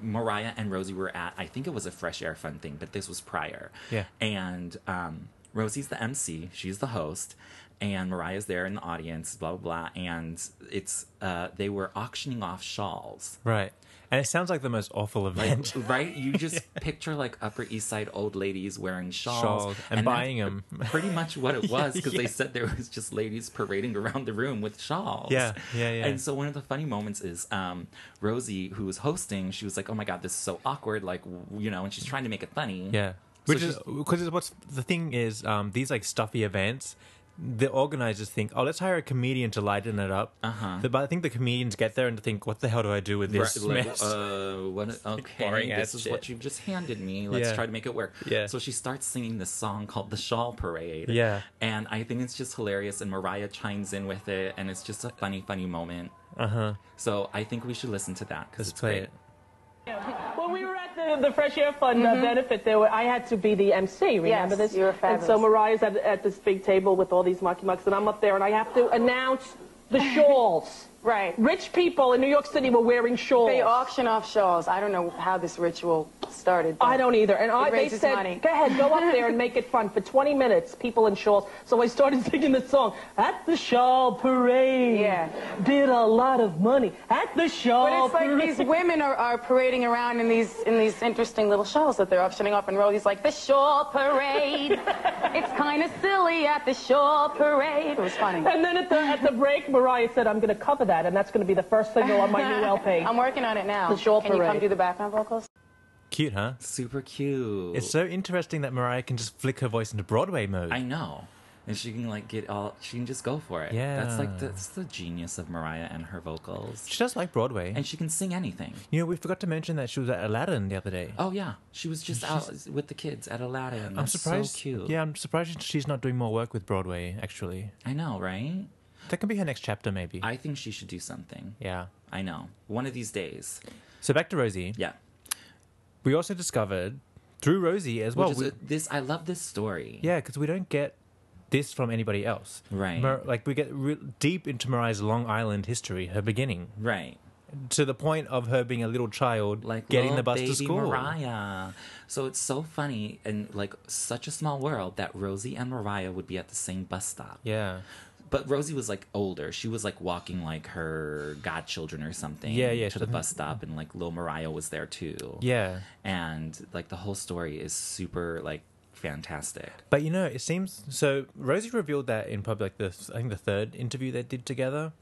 Mariah and Rosie were at, I think it was a Fresh Air Fun thing, but this was prior.
Yeah.
And um, Rosie's the MC, she's the host, and Mariah's there in the audience, blah, blah, blah. And it's, uh, they were auctioning off shawls.
Right. And it sounds like the most awful event.
Right, you just picture like Upper East Side old ladies wearing shawls,
Shawls and
that's
buying 'em.
<laughs> Pretty much what
<laughs>
it was because they said there was just ladies parading around the room with shawls.
Yeah, yeah, yeah.
And so one of the funny moments is um, Rosie, who was hosting, she was like, "Oh my god, this is so awkward," like w- you know, and she's trying to make it funny.
<laughs> yeah.
So
Which is
she's-
because what's the thing is um, these like stuffy events. The organizers think, oh, let's hire a comedian to lighten it up. Uh-huh. but I think the comedians get there and think, what the hell do I do with this
Right, like,
mess?
uh,
<laughs>
what, okay,
Boring
this
ass
is what
shit.
you've just handed me. Let's
Yeah.
try to make it work.
Yeah.
So she starts singing this song called "The Shawl Parade."
Yeah.
and I think it's just hilarious. And Mariah chimes in with it, and it's just a funny, funny moment. Uh huh. So I think we should listen to that because
Uh-huh. Let's
it's
play
great.
it.
Well, we were at the, the Fresh Air Fund uh benefit there. I had to be the MC, remember
Mm-hmm. Yes,
this?
you were
And so
fabulous.
Mariah's at, at this big table with all these mucky mucks, and I'm up there, and I have to announce the
<laughs>
shawls.
Right.
Rich people in New York City were wearing shawls.
They auction off shawls. I don't know how this ritual started. but-
I don't either. And I, they
raises
said,
money.
go ahead, go up
<laughs>
there and make it fun for 20 minutes, people in shawls. So I started <laughs> singing the song, At the Shawl Parade.
Yeah.
Did a lot of money. At the Shawl
But it's like
Parade. <laughs>
these women are, are parading around in these in these interesting little shawls that they're auctioning off, and Rosie's like the shawl
<laughs>
parade. it's kind of silly at the shawl parade. It was
<laughs>
funny.
And then at the, at the break, Mariah said, I'm going to cover that, and that's going to be the first single on my <laughs> new LP.
I'm working on it now.
The shawl
Can you come
parade.
do the background vocals?
Cute, huh?
Super cute.
It's so interesting that Mariah can just flick her voice into Broadway mode.
I know. And she can like get all. She can just go for it. That's like
Yeah.
that's the genius of Mariah and her vocals.
She does like Broadway.
And she can sing anything.
you know, we forgot to mention that she was at Aladdin the other day.
Oh yeah, she was just out with the kids at Aladdin.
I'm
That's
surprised.
So cute.
Yeah, I'm surprised she's not doing more work with Broadway. Actually,
I know, right?
that can be her next chapter, maybe.
I think she should do something.
yeah.
I know. One of these days.
So back to Rosie.
Yeah.
We also discovered through Rosie as well.
Which
we-
is, this I love this story.
yeah, because we don't get this from anybody else.
Right.
like we get re- deep into Mariah's Long Island history, her beginning,
Right.
to the point of her being a little child,
Like
getting
little
the bus
baby
to school.
Mariah. So it's so funny and like such a small world that Rosie and Mariah would be at the same bus stop.
Yeah.
But Rosie was like older. She was like walking like her godchildren or something.
Yeah, yeah,
To
she
the
doesn't-
bus stop, and like little Mariah was there too.
Yeah.
And like the whole story is super like fantastic.
But you know, it seems so. Rosie revealed that in probably like the I think the third interview they did together.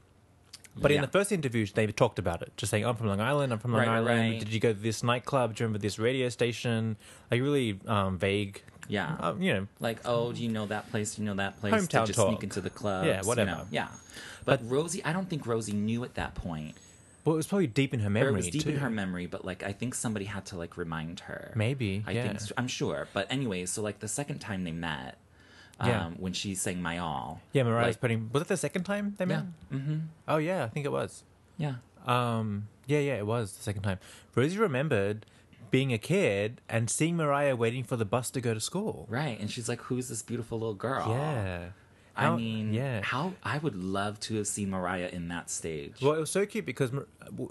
But in
Yeah.
the first interview, they talked about it, just saying, "I'm from Long Island. I'm from Long
Right,
Island.
right.
Did you go to this nightclub? Do you remember this radio station?" Like really um, vague.
Yeah.
Um, you know,
like oh do you know that place do you know that place
Hometown
to just
talk.
sneak into the club
Yeah, whatever.
yeah but, rosie i don't think rosie knew at that point
well, it was probably deep in her
or
memory
it was deep
too.
in her memory but like i think somebody had to like remind her
Maybe,
i
yeah.
think i'm sure but anyway so like the second time they met um,
Yeah.
when she sang my all
yeah, Mariah's
like,
putting. Was it the second time they met? Mm-hmm. Oh yeah, I think it was.
yeah
Um, yeah, yeah, it was the second time. Rosie remembered being a kid and seeing Mariah waiting for the bus to go to school.
right and she's like who's this beautiful little girl
Yeah.
i
How-
mean
yeah.
how i would love to have seen mariah in that stage
Well, it was so cute because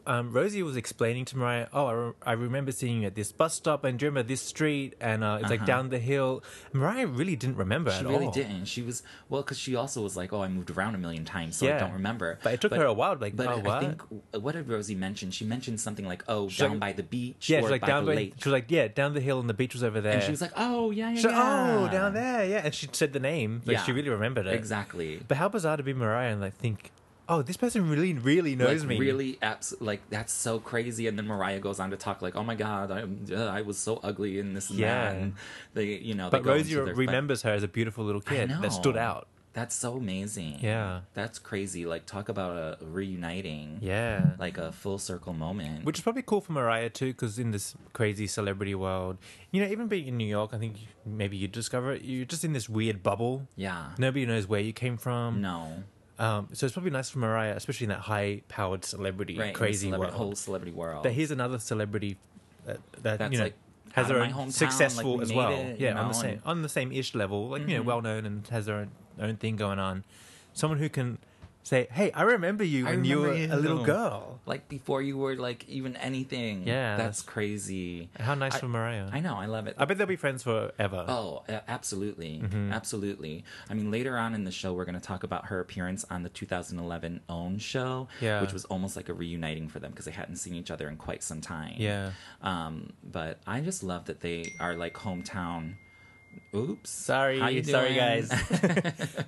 um, Rosie was explaining to Mariah, "Oh, I, re- I remember seeing you at this bus stop, and do you remember this street, and uh, it's like down the hill." Mariah really didn't remember
Uh-huh. she
at
really
all.
didn't. She was well because she also was like, "Oh, I moved around a million times, so
Yeah.
I don't remember."
But it took her a while to, like,
but
oh,
I
what?
think uh, what did Rosie mention? She mentioned something like, "Oh,
She's
down
like-
by the beach,
Yeah,
or
she's
by
like down
the
the
lake,"
she was like, "Yeah, down the hill, and the beach was over there."
and she was like, "Oh, yeah, yeah,
She's like,
yeah.
"Oh, down there, yeah," and she said the name, like
Yeah.
she really remembered it
exactly."
But how bizarre to be Mariah and like think, oh, this person really, really knows
like,
me.
Really, abs- like that's so crazy. And then Mariah goes on to talk like, "Oh my god, I, uh, I was so ugly and this and
Yeah.
that." And they, you know,
But
they go
Rosie
into their-
remembers her as a beautiful little
I
kid that stood
know.
out.
That's so amazing.
Yeah.
that's crazy. Like talk about a reuniting.
Yeah.
like a full circle moment.
Which is probably cool for Mariah too, because in this crazy celebrity world, you know, even being in New York, I think maybe you discover it, you're just in this weird bubble.
yeah,
Nobody knows where you came from.
no,
Um, so it's probably nice for Mariah, especially in that high-powered celebrity,
right? in the
crazy
celebrity,
world.
whole celebrity world.
But here's another celebrity that, that
That's
you know
like
has
out
their
of my
own
hometown,
successful
like, we
as
made
well.
it, you
yeah, on
know,
the same
and- Mm-hmm.
on the same ish level, like you know, well known and has their own own thing going on. Someone who can say, "Hey, I remember you
I
when you were
remember you."
a little girl."
like before you were like even anything.
Yeah,
that's
that's-
crazy.
How nice
I-
for Mariah.
I know, I love it.
I bet they'll be Mm-hmm. friends forever.
Oh, a- absolutely. Absolutely. I mean, later on in the show, we're going to talk about her appearance on the 2011 OWN show,
Yeah.
which was almost like a reuniting for them because they hadn't seen each other in quite some time.
Yeah.
Um, but I just love that they are like hometown. Oops.
Sorry,
How you
sorry,
doing? <laughs>
guys.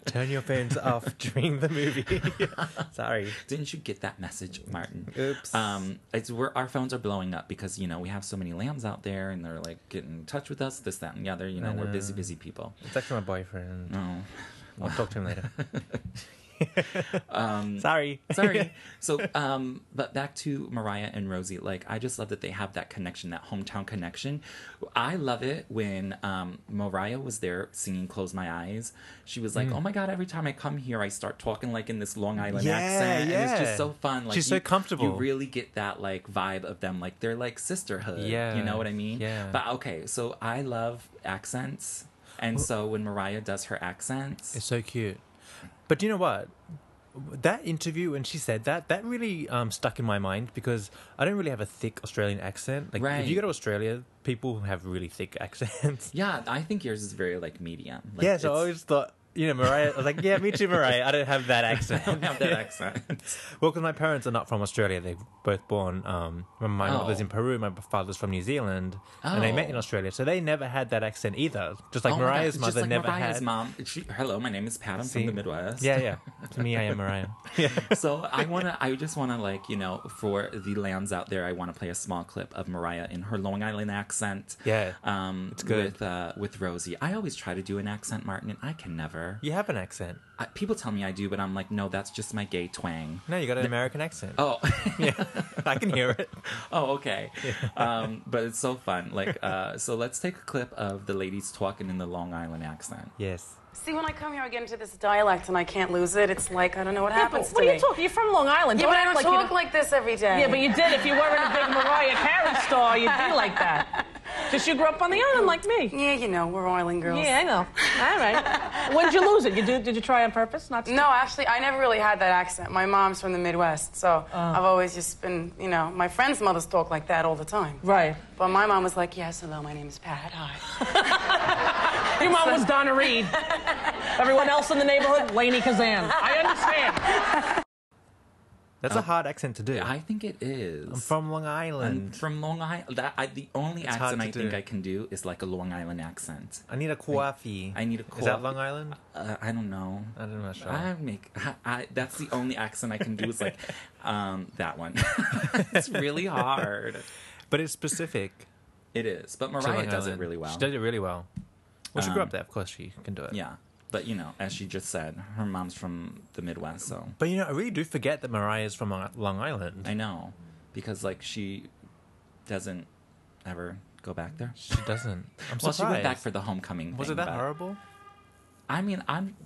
Turn your phones off <laughs> during the movie. <laughs> sorry.
Didn't you get that message, Martin?
Oops.
Um, it's we're, our phones are blowing up because you know we have so many lambs out there, and they're like getting in touch with us, this, that, and the other. You know, we're busy, busy people.
It's actually my boyfriend.
Oh.
I'll talk to him <laughs> later. Um, sorry.
Sorry. <laughs> so, um, but back to Mariah and Rosie. Like, I just love that they have that connection, that hometown connection. I love it when um, Mariah was there singing "Close My Eyes." She was
Mm.
like, "Oh my god! Every time I come here, I start talking like in this Long Island
Yeah,
accent, and it's
yeah.
just so fun. Like,
She's so
you-
comfortable.
You really get that like vibe of them. Like they're like sisterhood.
Yeah,
you know what I mean.
yeah.
But okay, so I love accents, and so when Mariah does her accents,
<laughs> It's so cute. But you know what? That interview when she said that, that really um, stuck in my mind because I don't really have a thick Australian accent. Like if
Right.
you go to Australia, people have really thick <laughs> accents.
yeah, I think yours is very like medium. Like,
yeah, so I
it's-
always thought, you know, Mariah. I was like, yeah, me too, Mariah. <laughs> I don't have that accent.
don't have that <laughs> accent.
Well, because my parents are not from Australia. They're both born. Um, my my
Oh.
mother's in Peru. My father's from New Zealand, and they met
Oh.
in Australia. So they never had that accent either. Just like
Oh my God,
Mariah's
it's
mother
just like
never
Mariah's
had.
mom. She, hello, my name is Pat. I'm
See?
from the Midwest.
Yeah, yeah. To me, I
<laughs>
am Mariah. Yeah.
so I wanna, I just wanna like you know, for the lambs out there, I wanna play a small clip of Mariah in her Long Island accent.
Yeah.
Um,
It's good.
with uh, with Rosie. I always try to do an accent, Martin, and I can never.
You have an accent.
I, people tell me I do, but I'm like, no, that's just my gay twang.
No, you got an American accent. <laughs>
Oh.
I can hear it.
Oh, okay. Um, but it's so fun. Like, uh, so let's take a clip of the ladies talking in the Long Island accent.
Yes.
See, when I come here, I get into this dialect and I can't lose it. It's like I don't know what happens
What
to
are
me.
you talking? You're from Long Island.
Yeah, but I don't
act like you
talk like this every day.
Yeah, but you did. If you weren't a big Mariah Carey star, you'd be like that. Just you grew up on the island like me.
Yeah, you know, we're island girls.
Yeah, I know. All right. <laughs> When'd you lose it? You do, did you try on purpose? Not to-
No, actually, I never really had that accent. My mom's from the Midwest, so I've always just been, you know, my friends' mothers talk like that all the time.
Right.
But my mom was like, yes, hello, my name is Pat. Hi.
Your mom was Donna Reed. Everyone else in the neighborhood, Lainey Kazan. I understand.
That's a hard accent to do.
Oh. I think it is.
I'm from Long Island.
And from Long Island, that I, the only
It's hard
accent
to
I think
do.
I can do is like a Long Island accent.
I need a coffee.
I need a
Is that
coffee.
Long Island?
Uh, I don't know.
I don't know. Sure.
I make I, I, that's the only accent I can do is
<laughs>
like um, that one. it's really hard.
But it's specific.
It is, but
to
Mariah
Long
does it
Island.
really well. Um,
She does it really well. Well, she grew up there. Of course, she can do it.
Yeah, but you know, as she just said, her mom's from the Midwest, so
But you know, I really do forget that Mariah's from Long Long Island.
I know because like she doesn't ever go back there.
She doesn't. I'm
Well,
surprised.
she went back for the homecoming.
Was
thing,
it that
but-
horrible?
I mean, I'm.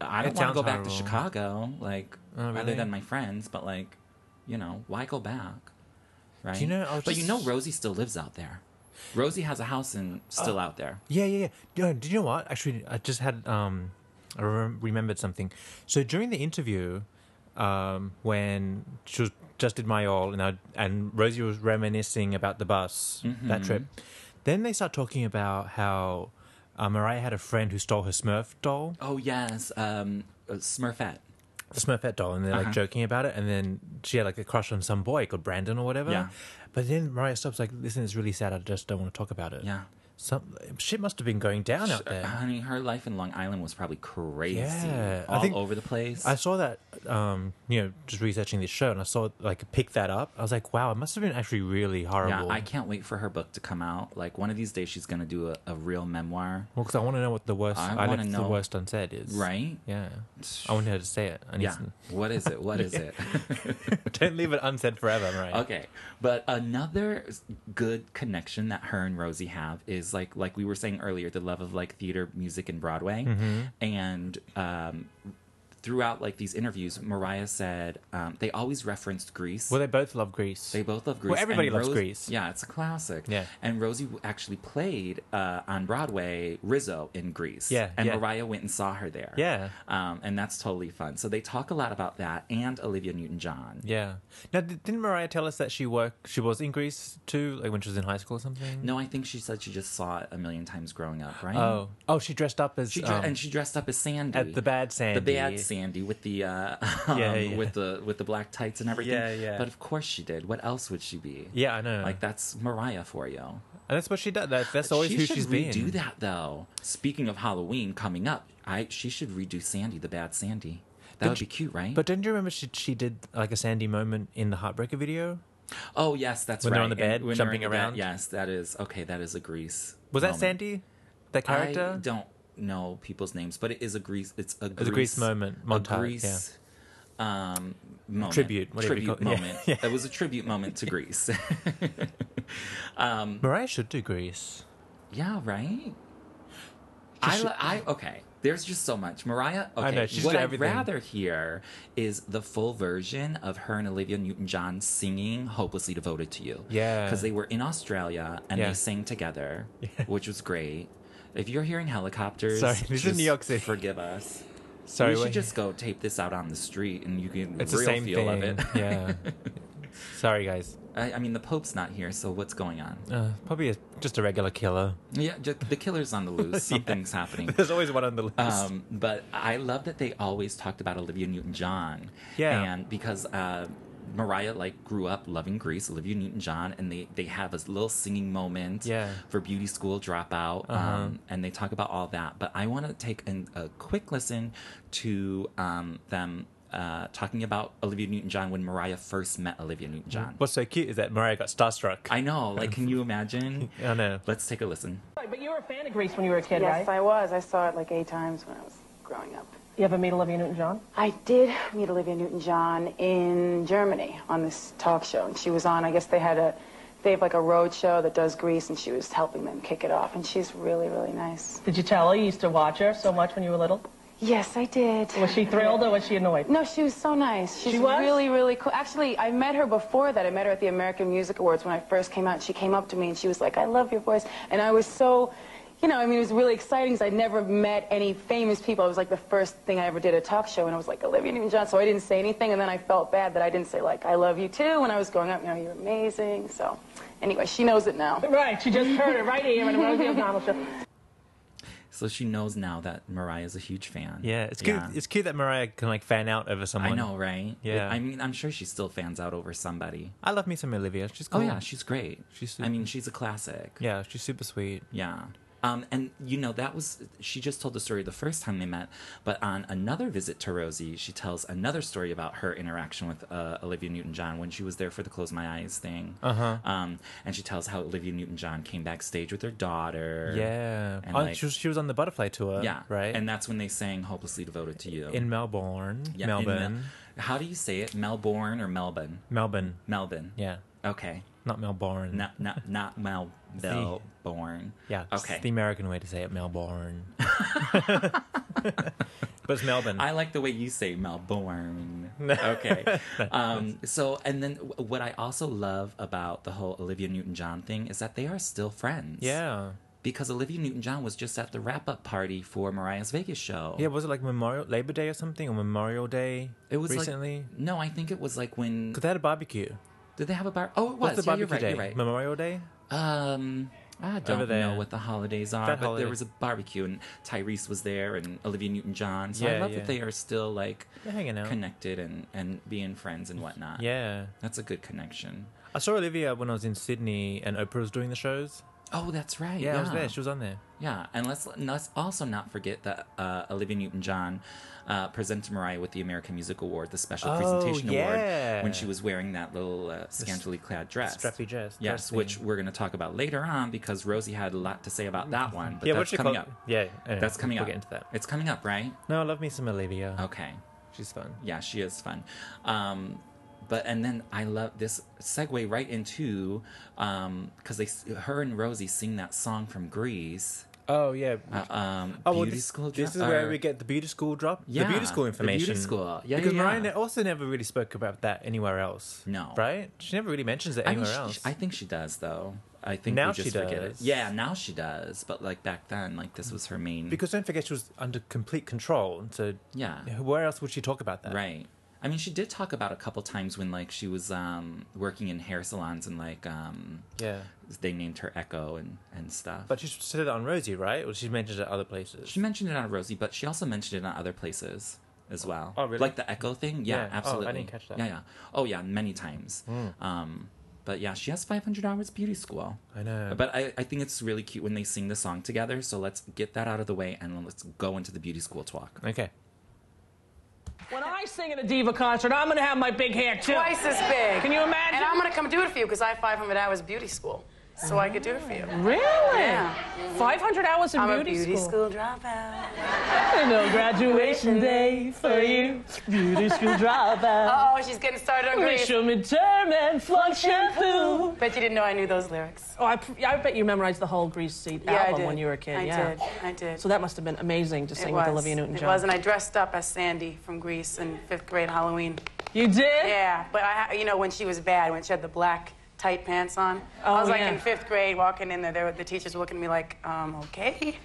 I
It
don't want to
sounds
go back to
horrible.
Chicago, like
Oh, really?
other than my friends, but like, you know, why go back? Right.
you know, I was
but you
just-
know, Rosie still lives out there. Rosie has a house and still
Uh,
out there.
Yeah, yeah, yeah. No, did you know what? Actually, I just had um, I rem- remembered something. So during the interview, um, when she was just did my all, and I, and Rosie was reminiscing about the bus
Mm-hmm.
that trip, then they start talking about how uh, Mariah had a friend who stole her Smurf doll,
Oh yes, um, uh, Smurfette.
the Smurfette doll, and they're like
Uh-huh.
joking about it, and then she had like a crush on some boy called Brandon or whatever.
Yeah.
But then Mariah stops like, listen, it's really sad. I just don't want to talk about it.
Yeah. uh-huh.
Some shit must have been going down out there.
Honey, her life in Long Island was probably crazy.
Yeah, I
all
think-
over the place.
I saw that, um, you know, just researching this show, and I saw like pick that up. I was like, wow, it must have been actually really
yeah,
horrible.
I can't wait for her book to come out. Like one of these days, she's gonna do a, a real memoir,
Well, because I want to know what the worst
I
I,
wanna
left
know-
the worst unsaid is.
right?
Yeah. I want her to <laughs> say it. I need
Yeah. What is it? What is it?
to- don't leave it unsaid forever, right?
Okay, but another s- good connection that her and Rosie have is like like we were saying earlier, the love of like theater, music, and Broadway,
Mm-hmm.
and um, throughout like these interviews, Mariah said um, they always referenced Greece.
Well, they both love Greece.
They both love Grease.
Well, everybody
and
loves
Rose-
Grease.
Yeah, it's a classic.
Yeah.
And Rosie w- actually played uh, on Broadway Rizzo in Grease.
Yeah,
And
yeah.
Mariah went and saw her there.
Yeah.
Um, and that's totally fun. So they talk a lot about that and Olivia Newton John.
Yeah. Now, di- didn't Mariah tell us that she worked? She was in Greece too, like when she was in high school or something.
No, I think she said she just saw it a million times growing up, right?
Oh, oh, she dressed up as
She dre-
um,
and she dressed up as Sandy.
at the bad
The
Sandy.
bad Sandy with the uh,
<laughs> Yeah, yeah.
with the with the black tights and everything.
Yeah, yeah.
But of course she did. What else would she be?
Yeah, I know.
Like that's Mariah for you.
and that's what she does. That, that's always
she
who
should
she's
redo
been.
that though. Speaking of Halloween coming up, I she should redo Sandy, the bad Sandy. That would be cute, right?
But don't you remember she she did like a Sandy moment in the Heartbreaker video?
oh yes, that's
When
right.
they're on the bed,
And when they're
jumping
on the bed-
around?
yes, that is okay. That is a Grease.
Was that
moment.
Sandy, that character?
I don't know people's names, but it is a Grease. It's a Grease,
a Grease moment, montage,
Grease, um, moment.
Tribute, whatever you
tribute
call it. <laughs> Yeah,
moment.
yeah.
It was a tribute moment to Grease. <laughs>
Mariah should do Greece.
Yeah, right. I, li- I okay. There's just so much. Mariah. Okay,
know, she's
what
done
I'd
everything.
rather hear is the full version of her and Olivia Newton-John singing "Hopelessly Devoted to You."
Yeah.
because they were in Australia and
Yeah.
they sang
<laughs>
together, which was great. If you're hearing helicopters,
Sorry, this is
just
New York City.
Forgive us.
Sorry,
we
wait.
should just go tape this out on the street, and you can
it's the
real
same
feel of
thing.
it. <laughs>
yeah. Sorry, guys.
I, I mean, the Pope's not here, so what's going on?
Uh, probably a, just a regular killer. <laughs>
Yeah, ju- the killer's on the loose. Something's happening.
There's always one on the list.
Um, but I love that they always talked about Olivia Newton-John.
Yeah.
And because uh, Mariah like grew up loving Greece, Olivia Newton-John, and they they have this little singing moment.
Yeah. Uh-huh.
For beauty school dropout, um, and they talk about all that. But I want to take an, a quick listen to um, them. Uh, talking about Olivia Newton-John when Mariah first met Olivia Newton-John.
What's so cute is that Mariah got starstruck.
I know, like, can you imagine?
<laughs> I know.
Let's take a listen.
Right, but you were a fan of Grease when you were a kid,
Yes,
right?
I was. I saw it like eight times when I was growing up.
You ever meet Olivia Newton-John?
I did meet Olivia Newton-John in Germany on this talk show, and she was on. I guess they had a, they have like a road show that does Greece, and she was helping them kick it off, and she's really, really nice.
Did you tell her you used to watch her so much when you were little?
Yes, I did.
Was she thrilled or was she annoyed?
No, she was so nice. She's
She was?
really, really cool. Actually, I met her before that. I met her at the American Music Awards when I first came out. She came up to me and she was like, I love your voice. And I was so, you know, I mean, it was really exciting because I'd never met any famous people. It was like the first thing I ever did a talk show, and I was like, Olivia Newton-John. So I didn't say anything, and then I felt bad that I didn't say, like, I love you too when I was growing up. You know, you're amazing. So anyway, she knows it now.
Right, she just heard it right here in the Rosie
<laughs>
O'Donnell show.
So she knows now that Mariah's a huge fan.
Yeah, it's cute. It's cute that Mariah can like fan out over someone.
I know, right?
Yeah.
I mean, I'm sure she still fans out over somebody.
I love me some Olivia. She's
Oh
cool.
yeah, she's great.
She's
She's.
su-
I mean, she's a classic.
yeah, she's super sweet.
Yeah. Um, and you know that was she just told the story the first time they met, but on another visit to Rosie, she tells another story about her interaction with uh, Olivia Newton-John when she was there for the Close My Eyes thing. Uh-huh. Um, and she tells how Olivia Newton-John came backstage with her daughter.
Yeah.
And
Oh,
like-
she, was, she was on the butterfly tour.
Yeah.
Right.
And that's when they sang "Hopelessly Devoted to You"
in Melbourne,
Yeah, in Mel-
Melbourne,
how do you say it? Melbourne or Melbourne?
Melbourne.
Melbourne.
Yeah,
Okay.
not Melbourne.
Not not
<laughs>
not Mel Melbourne.
Yeah. it's
Okay.
the American way to say it, Melbourne.
<laughs>
but it's Melbourne.
I like the way you say
<laughs>
Melbourne. Okay. Um, so, and then w- what I also love about the whole Olivia Newton John thing is that they are still friends.
yeah.
Because Olivia Newton John was just at the wrap up party for Mariah's Vegas show.
Yeah. Was it like Memorial Labor Day or something, or Memorial Day?
It was
recently.
Like, no, I think it was like when.
Because they had a barbecue.
Did they have a bar? Oh, it was.
What's the
yeah,
barbecue
you're right.
day?
You're right.
Memorial Day.
Um, I
Over
don't
there.
know what the holidays are,
That
but
holiday.
there was a barbecue and Tyrese was there and Olivia Newton John. So
Yeah,
I love
yeah.
that they are still like
They're hanging out.
connected and and being friends and whatnot.
Yeah.
that's a good connection.
I saw Olivia when I was in Sydney, and Oprah was doing the shows.
Oh, that's right.
Yeah, I was there. She was on there.
Yeah, and let's and let's also not forget that uh, Olivia Newton-John uh, presented Mariah with the American Music Award, the special
Oh,
presentation
yeah.
award, when she was wearing that little uh, scantily clad dress,
strappy dress, dress
Yes,
thing.
which we're going to talk about later on because Rosie had a lot to say about that one. But
yeah,
that's
what's she
coming
called?
up.
Yeah, anyway,
That's coming
we'll
up.
We'll get into that.
It's coming up, right?
No, I love me some Olivia.
Okay.
She's fun.
Yeah, she is fun. Um, but and then I love this segue right into because they s- her and Rosie sing that song from Greece.
Oh yeah.
Uh, um,
oh
beauty
this,
school.
this is
dress-
where
or-
we get the beauty school drop.
Yeah,
the beauty school
the beauty
information.
school. Yeah,
because
yeah,
Mariah
yeah.
ne- also never really spoke about that anywhere else.
No.
right? She never really mentions it
I mean,
anywhere
she-
else.
I think she does though. I think
Now
we just
she
forget it.
does.
Yeah, now she does. But like back then, like this was her main.
because don't forget she was under complete control. So
Yeah.
where else would she talk about that?
right. I mean, she did talk about a couple times when like she was um, working in hair salons and like um,
Yeah.
they named her Echo and and stuff.
But she said it on Rosie, right? Or she mentioned it other places.
She mentioned it on Rosie, but she also mentioned it on other places as well.
Oh, really?
Like the echo thing? Yeah,
Yeah. Oh, I
absolutely.
didn't catch that. Hmm.
Yeah, yeah. Oh, yeah, many times. Um, but yeah, she has 500 hours beauty school.
I know.
But I, I think it's really cute when they sing the song together. So let's get that out of the way and let's go into the beauty school talk.
okay.
When I sing at a diva concert, I'm gonna have my big hair too.
Twice as big.
Can you imagine?
And I'm gonna come do it for you because I had 500 hours beauty school, so I could do it for you.
Really?
Yeah.
500 hours in
I'm
beauty,
a beauty
school.
school dropout.
I know graduation day for you. Beauty school
<laughs>
dropout.
Oh, she's getting started on Greece.
Initial midterm and flunk shampoo.
Bet you didn't know I knew those lyrics.
Oh, I, pr- I bet you memorized the whole Grease Seat
Yeah, I
album
did.
when you were a kid.
I
yeah.
did. I did.
So that must have been amazing to sing
was.
with Olivia
It
Newton-John.
was, and I dressed up as Sandy from Greece in fifth grade Halloween.
You did?
Yeah, but I, ha- you know, when she was bad, when she had the black tight pants on,
Oh,
I was like
yeah.
in fifth grade walking in there. there were, the teachers were looking at me like, um, okay.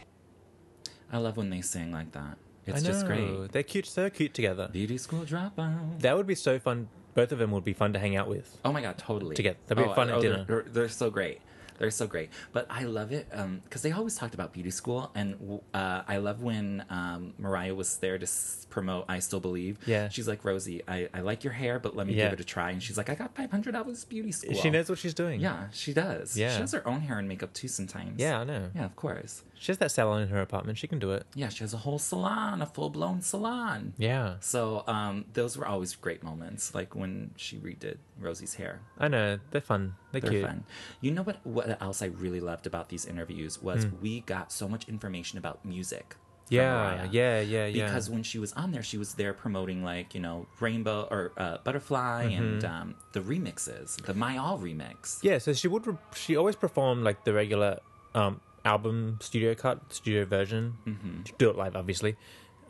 I love when they sing like that. It's
I know.
just great.
They're cute. So cute together.
Beauty school dropout.
That would be so fun. Both of them would be fun to hang out with.
Oh my god, totally. Oh,
Together. That'd be fun at
they're-
dinner.
They're, they're so great. They're so great. But I love it because they always talked about beauty school, and uh, I love when um, Mariah was there to s- promote "I Still Believe."
Yeah.
she's like Rosie, I, I like your hair, but let me
Yeah.
give it a try. And she's like, I got five hundred dollars beauty school.
She knows what she's doing.
Yeah, she does.
Yeah.
she does her own hair and makeup too sometimes.
Yeah, I know.
Yeah, of course.
She has that salon in her apartment. She can do it.
Yeah, she has a whole salon, a full blown salon.
Yeah.
So um, those were always great moments, like when she redid Rosie's hair.
I know. They're fun. They're,
They're
cute.
fun. You know what? What else I really loved about these interviews was we got so much information about music. from
Hmm. Yeah,
Mariah.
yeah, yeah, yeah.
Because when she was on there, she was there promoting like you know Rainbow or uh, Butterfly and um, the remixes, the My All remix.
Mm-hmm. yeah, so she would re- she always performed like the regular um album studio cut, studio version. Mm-hmm. She'd do it live, obviously.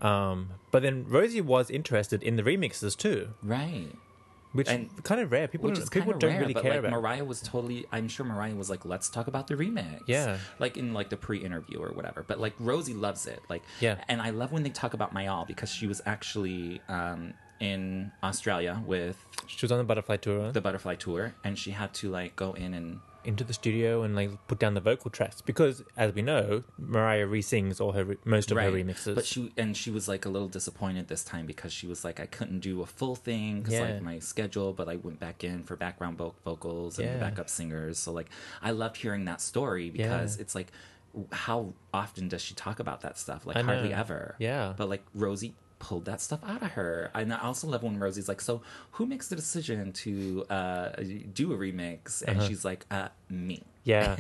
Um, but then Rosie was interested in the remixes too,
Right.
which
And-
kind of rare. People
Which
don't-
is kind
people
of
don't
rare,
really
but
care
like
about.
Mariah was totally. I'm sure Mariah was like, "Let's talk about the remix."
Yeah.
like in like the pre-interview or whatever. But like Rosie loves it. Like
Yeah.
and I love when they talk about my all because she was actually um, in Australia with
she was on the butterfly tour
the butterfly tour and she had to like go in and
into the studio and like put down the vocal tracks because, as we know, Mariah re-sings all her re- most of her remixes.
but she and she was like a little disappointed this time because she was like i couldn't do a full thing because
Yeah.
like my schedule but i went back in for background vo- vocals and
Yeah.
backup singers so like i loved hearing that story because
Yeah.
it's like w- how often does she talk about that stuff like
I
hardly
know.
ever
Yeah.
but like rosie pulled that stuff out of her and i also love when rosie's like so who makes the decision to uh do a remix and
Uh-huh.
she's like uh me <laughs>
yeah.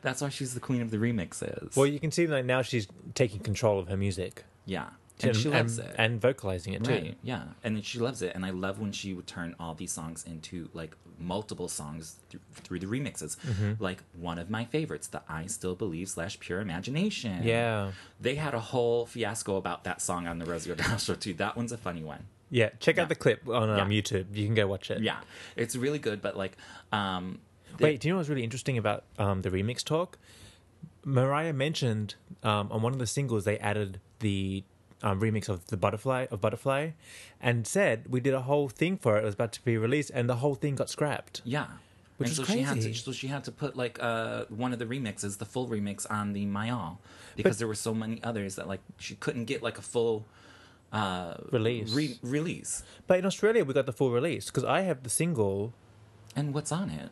that's why she's the queen of the remixes
well, you can see like now she's taking control of her music.
Yeah. And she loves it.
and vocalizing it too.
right. Yeah. And then she loves it. And I love when she would turn all these songs into like multiple songs thr- through the remixes.
Mm-hmm.
Like one of my favorites, the I Still Believe slash Pure Imagination.
Yeah.
They had a whole fiasco about that song on the Rosie O'Donnell show too. That one's a funny one.
Yeah, check out the clip on um,
Yeah.
YouTube. You can go watch it.
Yeah. It's really good, but like, um, the-
Wait, do you know what's really interesting about um, the remix talk? Mariah mentioned um, on one of the singles they added the um, remix of the butterfly of butterfly, and said we did a whole thing for it. It was about to be released, and the whole thing got scrapped.
Yeah.
Which
and
is
so she had to
crazy.
so she had to put like uh one of the remixes, the full remix on the Mayal because there were so many others that like she couldn't get like a full uh
Release.
re- release.
But in Australia, we got the full release because I have the single.
And what's on it?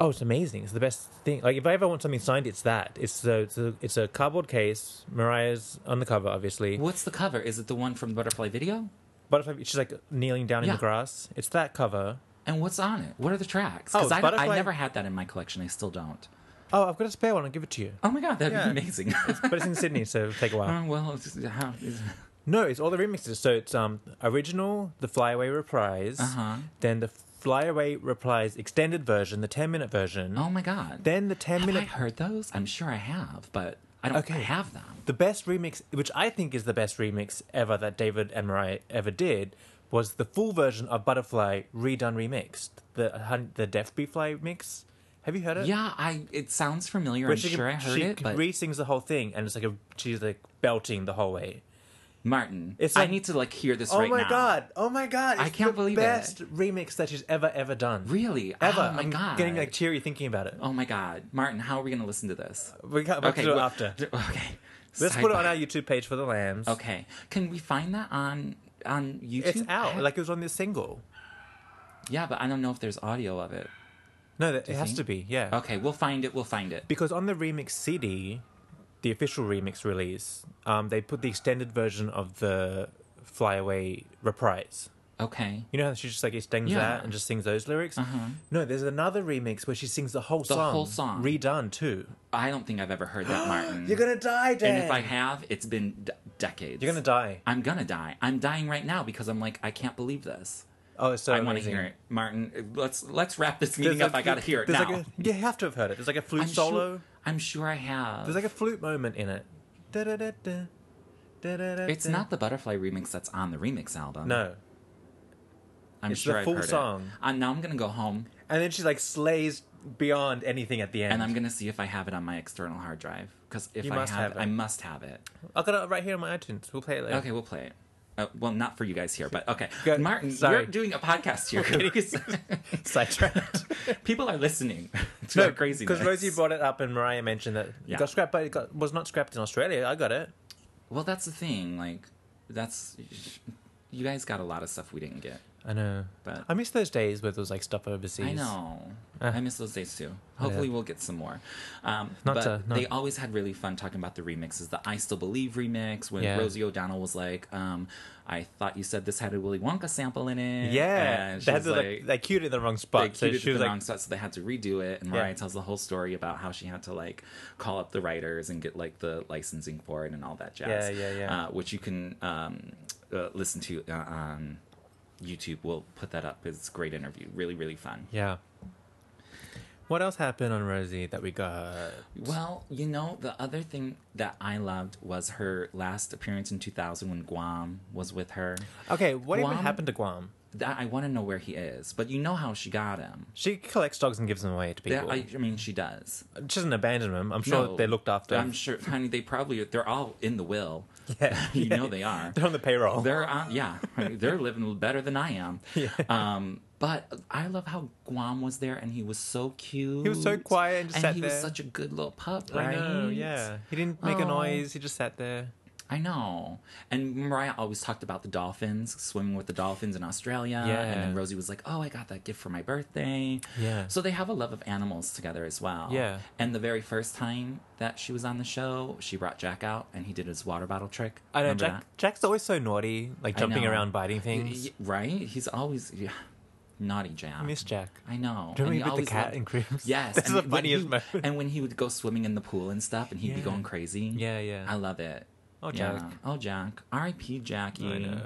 Oh, it's amazing! It's the best thing. Like if I ever want something signed, it's that. It's a it's a, it's a cardboard case. Mariah's on the cover, obviously.
What's the cover? Is it the one from the Butterfly video?
But if I, she's like kneeling down in
Yeah.
the grass, it's that cover.
And what's on it? What are the tracks?
Oh,
Because
it's
I, I
Butterfly-
never had that in my collection. I still don't.
Oh, I've got a spare one. I'll give it to you.
Oh my god, that'd
Yeah.
be amazing. <laughs>
But it's in Sydney, so it'll take a while.
Uh, well, it's just- how, is,
No, it's all the remixes. So it's um original, the Flyaway reprise,
Uh-huh.
then the Flyaway reprise extended version, the ten minute version.
oh my god.
Then the ten
have I
minute
heard those? I'm sure I have, but I don't
Okay.
have them.
The best remix, which I think is the best remix ever that David and Mariah ever did, was the full version of Butterfly redone remixed. The hun- the Def B Fly mix. Have you heard it?
Yeah, I. It sounds familiar.
Where
I'm
she
sure I
can-
heard
she
it,
can-
but
re-sings the whole thing, and it's like a, she's like belting the whole way.
Martin,
It's
I
like-
need to like hear this
oh
right
my
now.
god! Oh my god! It's
I can't
the
believe it.
best remix that she's ever ever done.
Really?
Ever.
Oh my
I'm
god.
Getting like teary thinking about it.
Oh my god, Martin, how are we gonna listen to this?
We can't we'll do it
well,
after.
d- <laughs> Okay.
Let's put it on
Sidebar.
our YouTube page for the Lambs.
Okay. Can we find that on on YouTube?
It's out.
I-
Like it was on this single.
yeah, but I don't know if there's audio of it.
No, that, it has
think?
to be. Yeah.
Okay, we'll find it. We'll find it.
because on the remix CD, the official remix release, um, they put the extended version of the Flyaway reprise.
Okay.
You know how she just like extends
Yeah. Uh-huh.
that and just sings those lyrics. No, there's another remix where she sings the whole
The
song,
whole song.
redone too.
I don't think I've ever heard that, Martin.
<gasps> You're gonna die, Dan.
And if I have, it's been d- decades.
You're gonna die.
I'm gonna die. I'm dying right now because I'm like, I can't believe this.
Oh, it's so
I want to
amazing.
hear it, Martin. Let's let's wrap this
There's
meeting up. I
like-
gotta hear it
there's
now.
Like a, you have to have heard it. There's like a flute
I'm
solo.
Sure, I'm sure I have.
There's like a flute moment in it. Da-da-da-da. Da-da-da-da.
it's not the butterfly remix that's on the remix album.
No.
I'm
it's the
sure I've
full
heard it.
song.
Uh, now I'm gonna go home
And then she like slays beyond anything at the end.
and I'm gonna see if I have it on my external hard drive because if
You
I
must
have,
have it.
I must have it.
I've got it right here on my iTunes. We'll play it later. <laughs>
Okay, we'll play it. Uh, well, not for you guys here, but okay.
Good.
Martin,
Sorry.
you're doing a podcast
<laughs>
<laughs> here.
Sidetracked.
People are listening <laughs> to our craziness.
because Rosie brought it up and Mariah mentioned that
Yeah.
it got scrapped, but it got, was not scrapped in Australia. I got it.
Well, that's the thing. Like, that's you guys got a lot of stuff we didn't get.
I know.
But-
I miss those days where there was like stuff overseas.
I know.
Ah.
I miss those days too. Hopefully, we'll get some more. Um,
Not
but
to- not-
they always had really fun talking about the remixes. The "I Still Believe" remix when
Yeah.
Rosie O'Donnell was like, um, "I thought you said this had a Willy Wonka sample in it."
Yeah,
and she
they, had
was
to, like, they cued it in the wrong spot.
they
So
cued it
she
to
was
the
like,
wrong set, so they had to redo it. And Mariah
Yeah.
tells the whole story about how she had to like call up the writers and get like the licensing for it and all that jazz.
Yeah, yeah, yeah.
Uh, which you can um, uh, listen to uh, on YouTube. We'll put that up. It's a great interview. Really, really fun.
yeah. What else happened on Rosie that we got?
Well, you know, the other thing that I loved was her last appearance in 2000 when Guam was with her.
Okay, what
Guam?
even happened to Guam?
That I want to know where he is, but you know how she got him.
She collects dogs and gives them away to
Yeah,
people.
I, I mean, she does.
She doesn't abandon them. I'm sure
No.
they looked after. <laughs>
I'm sure, honey. They probably they're all in the will.
Yeah.
<laughs> you know they are.
They're on the payroll.
They're on, yeah, honey, they're living better than I
<laughs>
am. Um, but I love how Guam was there, and he was so cute.
was so quiet and just sat
he was
there.
such a good little pup,
I
right?
know, yeah. He didn't make a
Oh.
noise. He just sat there.
I know. And Mariah always talked about the dolphins, swimming with the dolphins in Australia. And then
Yeah.
Rosie was like, oh, I got that gift for my birthday.
Yeah.
So they have a love of animals together as well.
Yeah.
And the very first time that she was on the show, she brought Jack out and he did his water bottle trick.
I know
Remember
Jack. Jack's always so naughty, like
I
jumping
know.
around, biting
that?
things.
Y- Right? He's always yeah, naughty Jack.
I miss Jack.
I know.
Do you
And he
remember with
always
the cat
loved-
in
<laughs>
Cribs?
Yes.
<laughs> that's
and
the
when
funniest
he-
moment.
And when he would go swimming in the pool and stuff, and he'd be
Yeah.
going crazy.
Yeah, yeah.
I love it.
Oh,
Yeah.
Jack.
Oh, Jack. R.I.P. Jackie.
I know.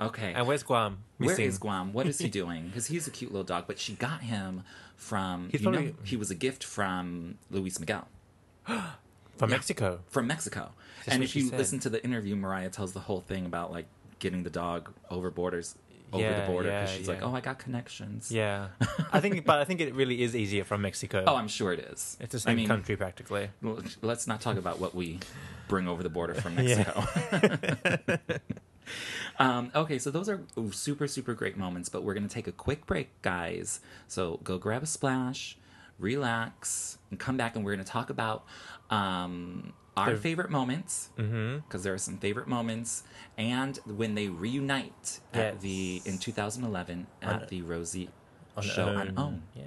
Okay.
And where's Guam?
Where
Missing.
is Guam? What
<laughs>
is he doing? Because he's a cute little dog, but she got him from.
He's
you know,
probably-
he was a gift from Luis Miguel
From Mexico.
from Mexico.
That's
and
what
if
she
you
said.
listen to the interview, Mariah tells the whole thing about like getting the dog over borders, over
Yeah,
the border, because
yeah,
she's like,
yeah.
"Oh, I got connections." <laughs>
Yeah, I think, but I think it really is easier from Mexico.
Oh, I'm sure it is.
it's the
I
same
mean,
country practically.
Well, let's not talk about what we bring over the border from
<laughs>
Mexico. <laughs> um, okay, so those are super, super great moments, but we're going to take a quick break, guys. So go grab a splash, relax, and come back, and we're going to talk about um, our favorite moments, because
Mm-hmm.
there are some favorite moments, and when they reunite at
Yes.
the in 2011 at the Rosie show on OWN.
Yeah.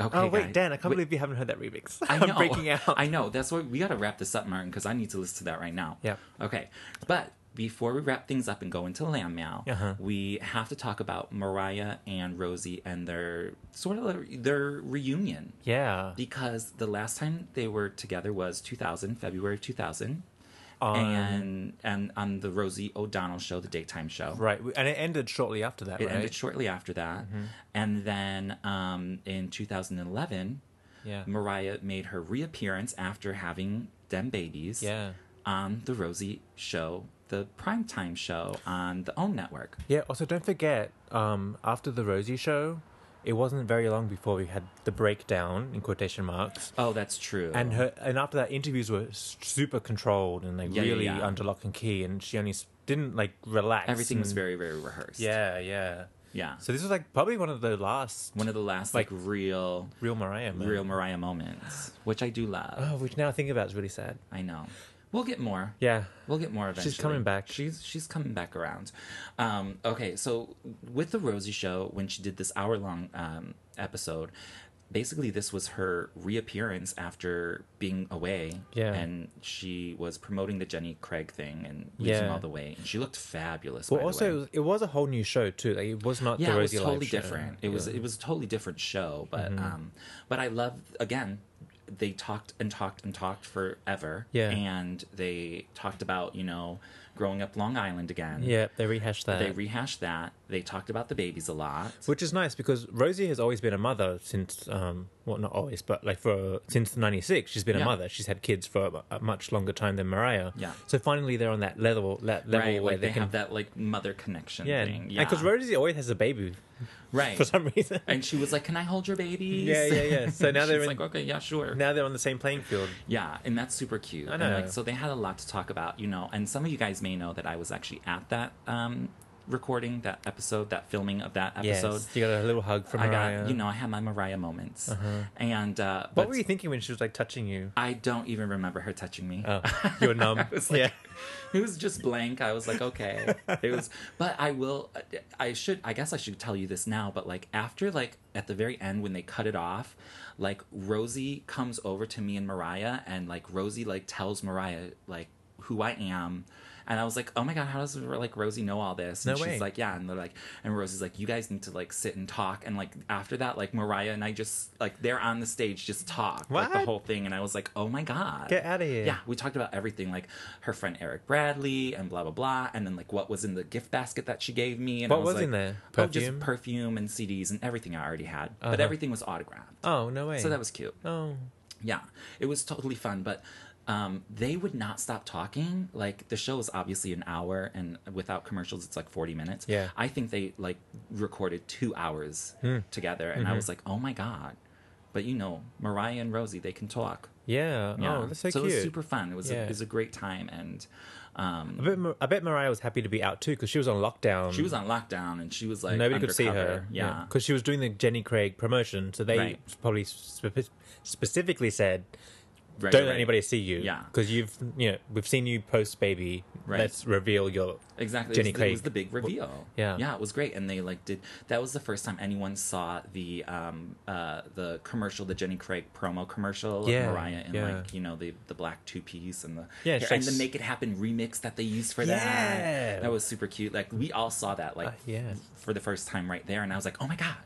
Okay,
Oh wait,
guys.
Dan, I can't
Wait.
believe you haven't heard that remix.
I
<laughs> I'm
know. <laughs>
breaking out.
I know. That's why we got to wrap this up, Martin, because I need to listen to that right now.
Yeah.
Okay. But before we wrap things up and go into Lamb Mail,
Uh-huh.
we have to talk about Mariah and Rosie and their sort of their, their reunion.
yeah.
Because the last time they were together was 2000, February of 2000.
On-
and and on the Rosie O'Donnell show, the daytime show.
Right, Mm-hmm. and it ended shortly after that,
It
right?
ended shortly after that. And then um, in 2011,
yeah.
Mariah made her reappearance after having them babies
Yeah.
on the Rosie show, the primetime show on the OWN network.
Yeah. Also, don't forget, um, after the Rosie show, it wasn't very long before we had the breakdown in quotation marks,
Oh, that's true.
and her, and after that, interviews were s- super controlled and like
Yeah, yeah,
really
yeah.
under lock and key, and she only s- didn't like relax.
everything was
and-
very, very rehearsed.
Yeah, yeah.
Yeah.
So this was like probably one of the last
One of the last like,
Like,
real,
real Mariah. moments.
real Mariah moments, which I do love.
Oh, which now I think about is really sad.
I know. We'll get more.
Yeah.
We'll get more eventually.
She's coming back.
She's she's coming back around. Um, okay, so with the Rosie show, when she did this hour long um, episode, basically this was her reappearance after being away.
Yeah.
And she was promoting the Jenny Craig thing and losing
Yeah.
all the weight. And she looked fabulous.
Well,
by
also,
the
it
way.
was, it was a whole new show too. Like, it was not
yeah,
the
it was
Rosie Live
totally
show.
different. It was
Yeah. Mm-hmm.
it was a totally different show, but um, but I love again. They talked and talked and talked forever.
Yeah.
and they talked about you know growing up Long Island again.
Yeah, they rehashed that.
they rehashed that. They talked about the babies a lot.
which is nice because Rosie has always been a mother since um well not always but like for since 96 she's been
Yeah.
a mother she's had kids for a, a much longer time than Mariah
Yeah.
so finally they're on that level that level
Right,
where
like
they,
they,
can
have that like mother connection
yeah
thing. Yeah,
because Rosie always has a baby
right.
for some reason <laughs>
and she was like, "Can I hold your babies?"
Yeah, yeah,
<laughs>
yeah. So now
She's
they're in-
like, "Okay, yeah, sure."
now they're on the same playing field
Yeah, and that's super cute.
I
And, like,
know.
so they had a lot to talk about, you know. And some of you guys may know that I was actually at that um, recording, that episode, that filming of that episode.
yes you got a little hug from
I
Mariah Uh-huh.
got, you know, I had my Mariah moments. And uh,
what
but
were you thinking when she was like touching
<laughs>
you
I don't even remember her touching me. <laughs>
oh you were numb
was like-
yeah
<laughs> It was just blank. I was like, okay. It was, but I will. I should. I guess I should tell you this now. But like after, like at the very end when they cut it off, like Rosie comes over to me and Mariah, and like Rosie like tells Mariah like who I am, and I was like, oh my god, how does like Rosie know all this? And
No
she's
way.
like, yeah, and they're like, and Rosie's like, you guys need to like sit and talk, and like after that, like Mariah and I just like they're on the stage just talk like the
What?
whole thing, and I was like, oh my god,
Get outta here.
Yeah, we talked about everything like her friend Eric Bradley and blah blah blah, and then like what was in the gift basket that she gave me. And
What
I was,
was in
like,
there?
Oh,
Perfume?
just perfume and CDs and everything I already had, but
Uh-huh.
everything was autographed.
oh no way
So that was cute.
oh
Yeah, it was totally fun, but um, they would not stop talking. Like the show is obviously an hour, and without commercials, it's like forty minutes.
Yeah. Hmm.
I think they like recorded two hours together, and
Mm-hmm.
I was like, oh my god. But you know, Mariah and Rosie, they can talk.
yeah,
Yeah.
oh that's so,
it
cute
was super fun. It was a,
Yeah.
it was a great time, and um,
I bet, Mar- I bet Mariah was happy to be out too because she was on lockdown
she was on lockdown, and she was like
nobody
undercover.
could see her.
Yeah,
because she was doing the Jenny Craig promotion, so they
Right.
probably spe- specifically said,
Right,
"Don't
right.
let anybody see you."
Yeah.
because you've you know we've seen you post baby.
Right.
Let's reveal your
Exactly,
Jenny
it was,
Craig.
It was the big reveal.
yeah.
yeah, it was great, and they like did. That was the first time anyone saw the um uh the commercial, the Jenny Craig promo commercial,
Yeah,
of Mariah in
yeah.
like you know the the black two piece and the
Yeah,
hair-
she, like,
and the
s-
Make It Happen remix that they used for
Yeah.
that. That was super cute. Like we all saw that like
Uh, yeah.
for the first time right there, and I was like, oh my god,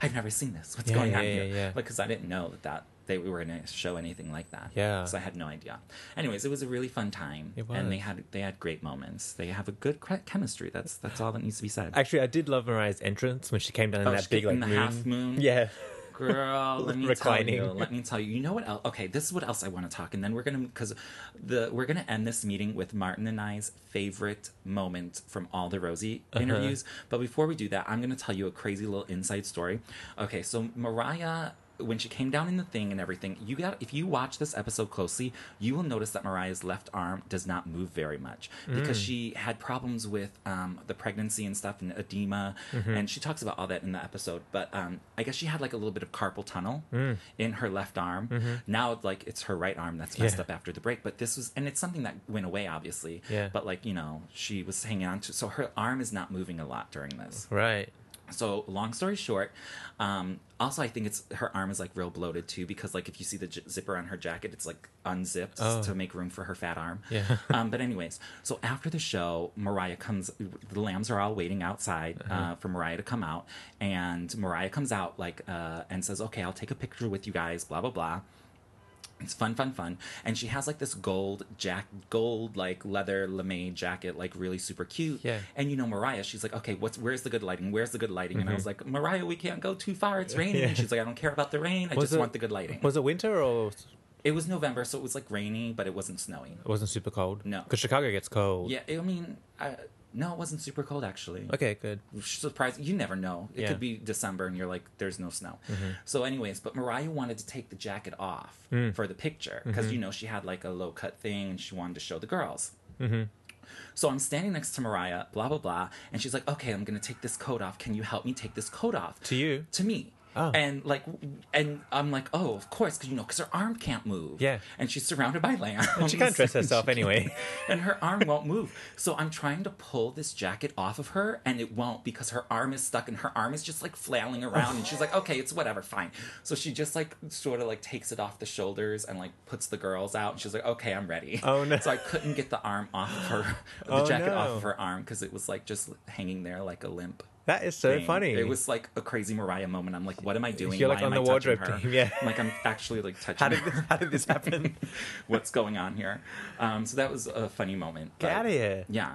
I've never seen this. What's
Yeah,
going
yeah,
on
yeah,
here?
yeah.
Like because I didn't know that that. They were going to show anything like that,
Yeah.
So I had no idea. Anyways, it was a really fun time,
It
and they
was.
had they had great moments. They have a good cre- chemistry. That's that's all that needs to be said.
Actually, I did love Mariah's entrance when she came down in
Oh,
that
she-
big like
in the half moon? <laughs>
Yeah,
Girl,
<laughs>
let me
Reclining.
tell you. Let me tell you. You know what else? Okay, this is what else I want to talk, and then we're gonna because the we're gonna end this meeting with Martin and I's favorite moment from all the Rosie
Uh-huh.
interviews. But before we do that, I'm gonna tell you a crazy little inside story. Okay, so Mariah. When she came down in the thing and everything, you got if you watch this episode closely, you will notice that Mariah's left arm does not move very much because
Mm.
she had problems with um, the pregnancy and stuff and edema,
Mm-hmm.
and she talks about all that in the episode. But um, I guess she had like a little bit of carpal tunnel
Mm.
in her left arm. Now it's like it's her right arm that's messed
Mm-hmm. Yeah.
up after the break. But this was, and it's something that went away obviously.
Yeah.
But like you know, she was hanging on to, so her arm is not moving a lot during this.
right.
So long story short, um, also I think it's her arm is like real bloated too because like if you see the j- zipper on her jacket, it's like unzipped to make room for her fat arm.
Yeah.
<laughs> um, but anyways, so after the show, Mariah comes. The lambs are all waiting outside uh for Mariah to come out, and Mariah comes out like uh, and says, "Okay, I'll take a picture with you guys." Blah blah blah. It's fun, fun, fun. And she has like this gold jack, gold like leather lame jacket, like really super cute.
Yeah.
And you know Mariah, she's like, okay, what's where's the good lighting? Where's the good lighting? And I was
Mm-hmm.
like, Mariah, we can't go too far. It's raining.
<laughs>
And she's like, I don't care about the rain. I
Was
just
it-
want the good lighting.
Was it winter or
it was November, so it was like rainy, but it wasn't snowing.
it wasn't super cold?
No.
because Chicago gets cold.
Yeah, I mean, I, no, it wasn't super cold actually.
Okay, good.
surprise you never know it
Yeah. Mm-hmm.
could be december and you're like there's no snow so anyways but mariah wanted to take the jacket off
Mm.
for the picture because
Mm-hmm.
you know she had like a low cut thing and she wanted to show the girls
Mm-hmm.
so I'm standing next to Mariah, blah blah blah, and she's like, "Okay, I'm gonna take this coat off. Can you help me take this coat off?"
To you?
to me.
Oh.
And like, and I'm like, oh, of course, because you know, because her arm can't move.
Yeah.
And she's surrounded by lambs.
She can't
<laughs>
dress herself anyway.
and her arm won't move. So I'm trying to pull this jacket off of her, and it won't because her arm is stuck, and her arm is just like flailing around. and she's like, "Okay, it's whatever, fine." So she just like sort of like takes it off the shoulders and like puts the girls out, and she's like, "Okay, I'm ready."
Oh, no.
So I couldn't get the arm off of her, the
Oh,
jacket off
no.
of her arm because it was like just hanging there like a limp.
That is so
thing.
funny.
It was like a crazy Mariah moment. I'm like, what am I doing?
You're, like,
Why
on
am
the
I touching her?
wardrobe team, yeah.
I'm like I'm actually
<laughs>
like touching
How did
her
this, how did this happen?
<laughs> what's going on here. Um, so that was a funny moment.
Get
but-
outta here.
Yeah,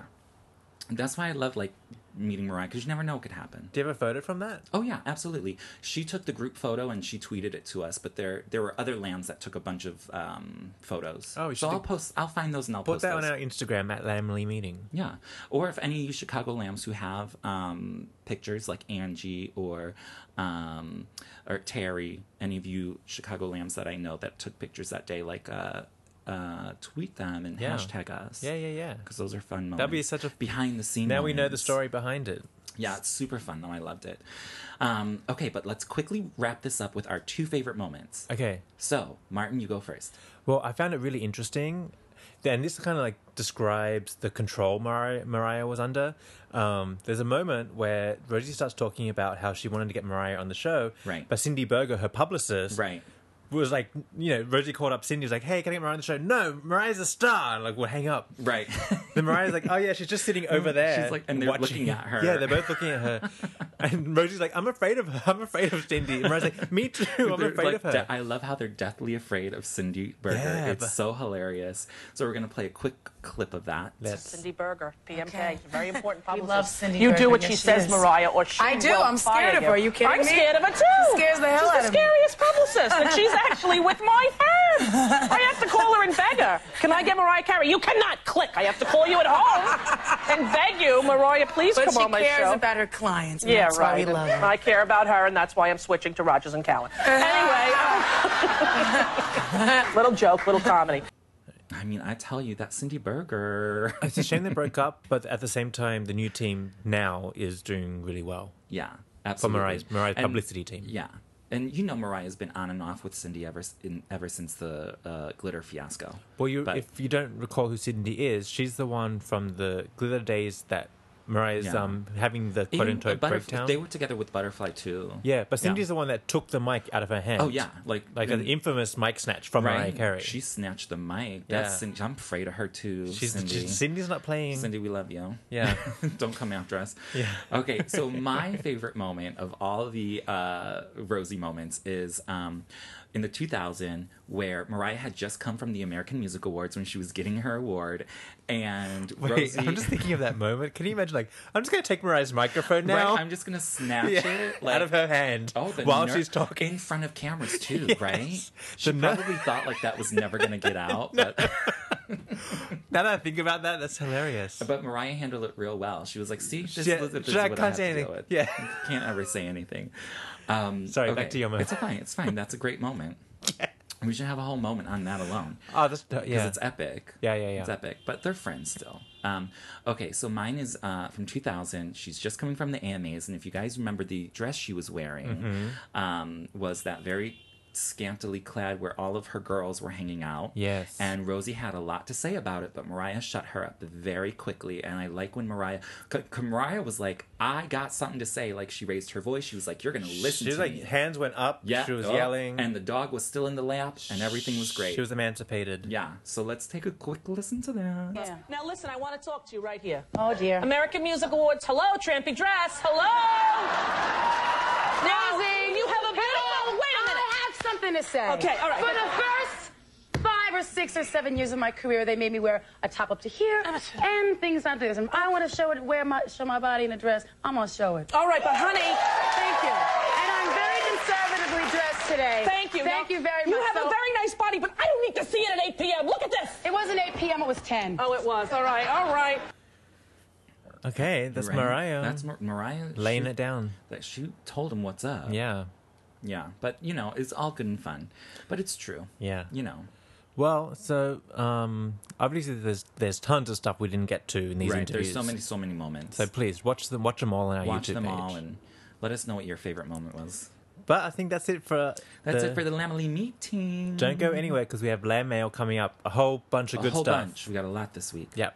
that's why I love like meeting Mariah because you never know what could happen.
Do you have a photo from that?
Oh yeah, absolutely. She took the group photo and she tweeted it to us, but there there were other lambs that took a bunch of um, photos.
Oh, we
so
should
I'll
do-
post. I'll find those and I'll
Put
post
that
those.
on our Instagram at Lamley Meeting.
Yeah. Or if any of you Chicago lambs who have um, pictures like Angie or um, or Terry, any of you Chicago lambs that I know that took pictures that day, like uh, uh, tweet them and
Yeah.
hashtag us.
Yeah, yeah, yeah.
Because those are fun moments.
That'd be such a-
behind the scenes.
Now we know the story behind it.
Yeah, it's super fun though. I loved it. Um, okay, but let's quickly wrap this up with our two favorite moments.
Okay.
So, Martin, you go first.
Well, I found it really interesting. Then this kind of like describes the control Mariah, Mariah was under. Um, there's a moment where Rosie starts talking about how she wanted to get Mariah on the show,
Right.
But Cindy Berger, her publicist,
Right.
was like, you know, Rosie called up Cindy, was like, "Hey, can I get Mariah on the show?" No, Mariah's a star. Like, we'll hang up.
Right. <laughs>
Then Mariah's like, "Oh yeah, she's just sitting over there."
She's like- and they're looking at her.
Yeah, they're both looking
<laughs>
at her. And Rosie's like, "I'm afraid of her. I'm afraid of Cindy." And Mariah's like, "Me too. I'm
They're,
afraid
like,
of her."
de- I love how they're deathly afraid of Cindy Berger.
Yeah,
it's
but-
so hilarious. So we're gonna play a quick clip of that.
Let's-
Berger, PMK, very
<laughs>
important publicist.
love Cindy
You
Berger.
do what
Yes,
she
she
says,
is.
Mariah, or she
I do.
will
I'm scared
fire
of her. You kidding
I'm
me?
scared of her too.
She scares the hell
She's
out
the
of me.
scariest publicist, and
<laughs>
she's actually with my firm. I have to call her and beg her. Can I get Mariah Carey? You cannot click. I have to call you at home and beg you, Mariah, please
But
come
she
on my
cares
show.
about her clients. and
yeah,
that's
right.
Why we love her.
I care about her, and that's why I'm switching to Rogers and Callan. anyway, little joke, little comedy.
I mean, I tell you that Cindy
<laughs>
Berger.
It's a shame they broke up, but at the same time, the new team now is doing really well.
yeah, absolutely.
Mariah's- Mariah's
And-
publicity team.
Yeah. And you know Mariah's been on and off with Cindy ever s- in, ever since the uh, glitter fiasco.
Well, you,
But-
if you don't recall who Cindy is, she's the one from the Glitter Days that Mariah's
Yeah.
um, having the quote
Even
unquote
Butterf-
breakdown.
They were together with Butterfly too.
yeah, but Cindy's the one that took the mic out of her hand.
Oh yeah, like
Like an infamous mic snatch from Mariah Carey.
She snatched the mic.
Yeah.
That's Cindy. I'm afraid of her too.
She's
Cindy.
she- Cindy's not playing.
Cindy, we love you.
Yeah.
<laughs> Don't come after us. Yeah. Okay, so my favorite moment of all the uh, Rosie moments is um, in the 2000 where Mariah had just come from the American Music Awards when she was getting her award, and
Wait,
Rosie.
I'm just thinking of that moment. Can you imagine? Like, I'm just gonna take Mariah's microphone
Right,
now
I'm just gonna snatch
Yeah,
it
<laughs> out of her hand
Oh, the
while
ner-
she's talking.
in front of cameras too,
<laughs> Yes.
right? She
The ner-
probably thought like that was never gonna get out, but
<laughs> Now that I think about that, that's hilarious.
But Mariah handled it real well. She was like, "See, this,
She-
is- this is
she- I
what
can't
I have
say
to deal
anything.
with. <laughs>
Yeah.
can't ever say anything." Um,
Sorry, back to your moment.
It's fine. It's fine. That's a great
<laughs>
moment. We should have a whole moment on that alone.
Oh, that's yeah.
Because it's epic.
Yeah, yeah, yeah.
It's epic. But they're friends still. Um, okay, so mine is uh, from 2000. She's just coming
Mm-hmm.
from the AMAs. And if you guys remember, the dress she was wearing um, was that very scantily clad where all of her girls were hanging out.
Yes.
And Rosie had a lot to say about it, but Mariah shut her up very quickly. And I like when Mariah, c- c- Mariah was like, I got something to say. Like she raised her voice. She was like, You're going to listen
she was
to
like
me.
hands went up.
Yeah.
she was
oh,
yelling,
And the dog was still in the lap, and everything was great.
She was emancipated.
yeah. So let's take a quick listen to that.
Yeah.
Now listen, I want to talk to you right here.
Oh dear.
American Music Awards. Hello, Trampy Dress. Hello. Now,
Rosie,
you have a beautiful. Wait a minute.
I have something to say.
Okay, all right.
For the first five or six or seven years of my career, they made me wear a top up to here and things like this. And I want to show it, wear my, show my body in a dress. I'm gonna show it.
All right, but honey,
Thank you. And I'm very conservatively dressed today.
thank you.
Thank
Now,
you very much.
You have
So-
a very nice body, but I don't need to see it at 8 p.m. Look at this.
It wasn't 8 p.m. It was 10.
Oh, it was. All right, all right.
Okay, that's
Right?
Mariah.
That's Mar- Mariah.
laying
she,
it down.
That she told him what's up.
Yeah.
Yeah. But, you know, it's all good and fun. But it's true.
Yeah.
You know.
Well, so um, obviously there's there's tons of stuff we didn't get to in these
right. There's
interviews.
so many, so many moments.
So please watch them, watch them all on our
Watch
YouTube
them
page.
all and let us know what your favorite moment was.
But I think that's it for
That's
the-
it for the Lamely meeting.
Don't go anywhere because we have land mail coming up. A whole bunch of
Mm. a
good
whole
stuff.
bunch. We got a lot this week.
Yep.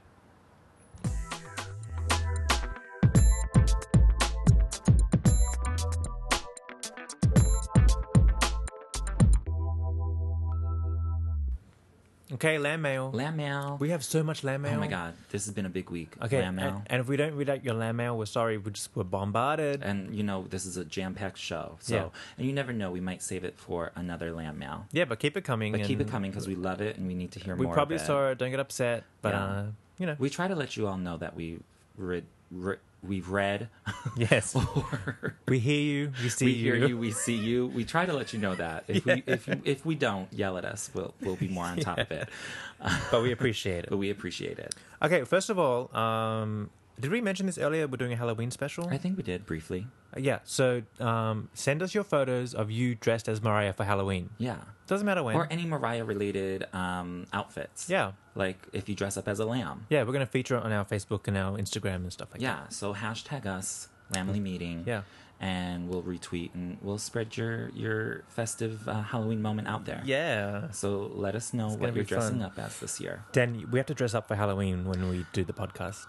Okay, land mail.
Lam mail.
we have so much land mail.
oh my god, this has been a big week.
Okay,
Lam mail.
And, and if we don't read out your land mail, we're sorry. We just we're bombarded.
and you know this is a jam-packed show so
Yeah.
and you never know we might save it for another lamb mail
yeah, but keep it coming.
but keep it
and
coming because we love it and we need to hear
We
more
probably
of it.
saw it. Don't get upset. But
Yeah.
uh, you know,
we try to let you all know that we read re- we've read <laughs>
yes,
or
we hear you. We see
we
you.
hear you we see you we try to let you know that if we if, you, if we don't yell at us we'll we'll be more on top of
<laughs>
it
but we appreciate
<laughs>
it.
but we appreciate it
Okay, first of all, um, did we mention this earlier? We're doing a Halloween special. Uh,
i think we did briefly
yeah, so um, send us your photos of you dressed as Mariah for Halloween.
yeah
Doesn't matter when.
or any mariah related um outfits
Yeah.
like if you dress up as a lamb
yeah, we're gonna feature it on our Facebook and our Instagram and stuff like
yeah so hashtag us lamely meeting
Yeah.
and we'll retweet and we'll spread your your festive uh, halloween moment out there
that. Yeah.
so let us know
gonna
what you're
be fun.
dressing up as this year
Dan, we have to dress up for Halloween when we do the podcast.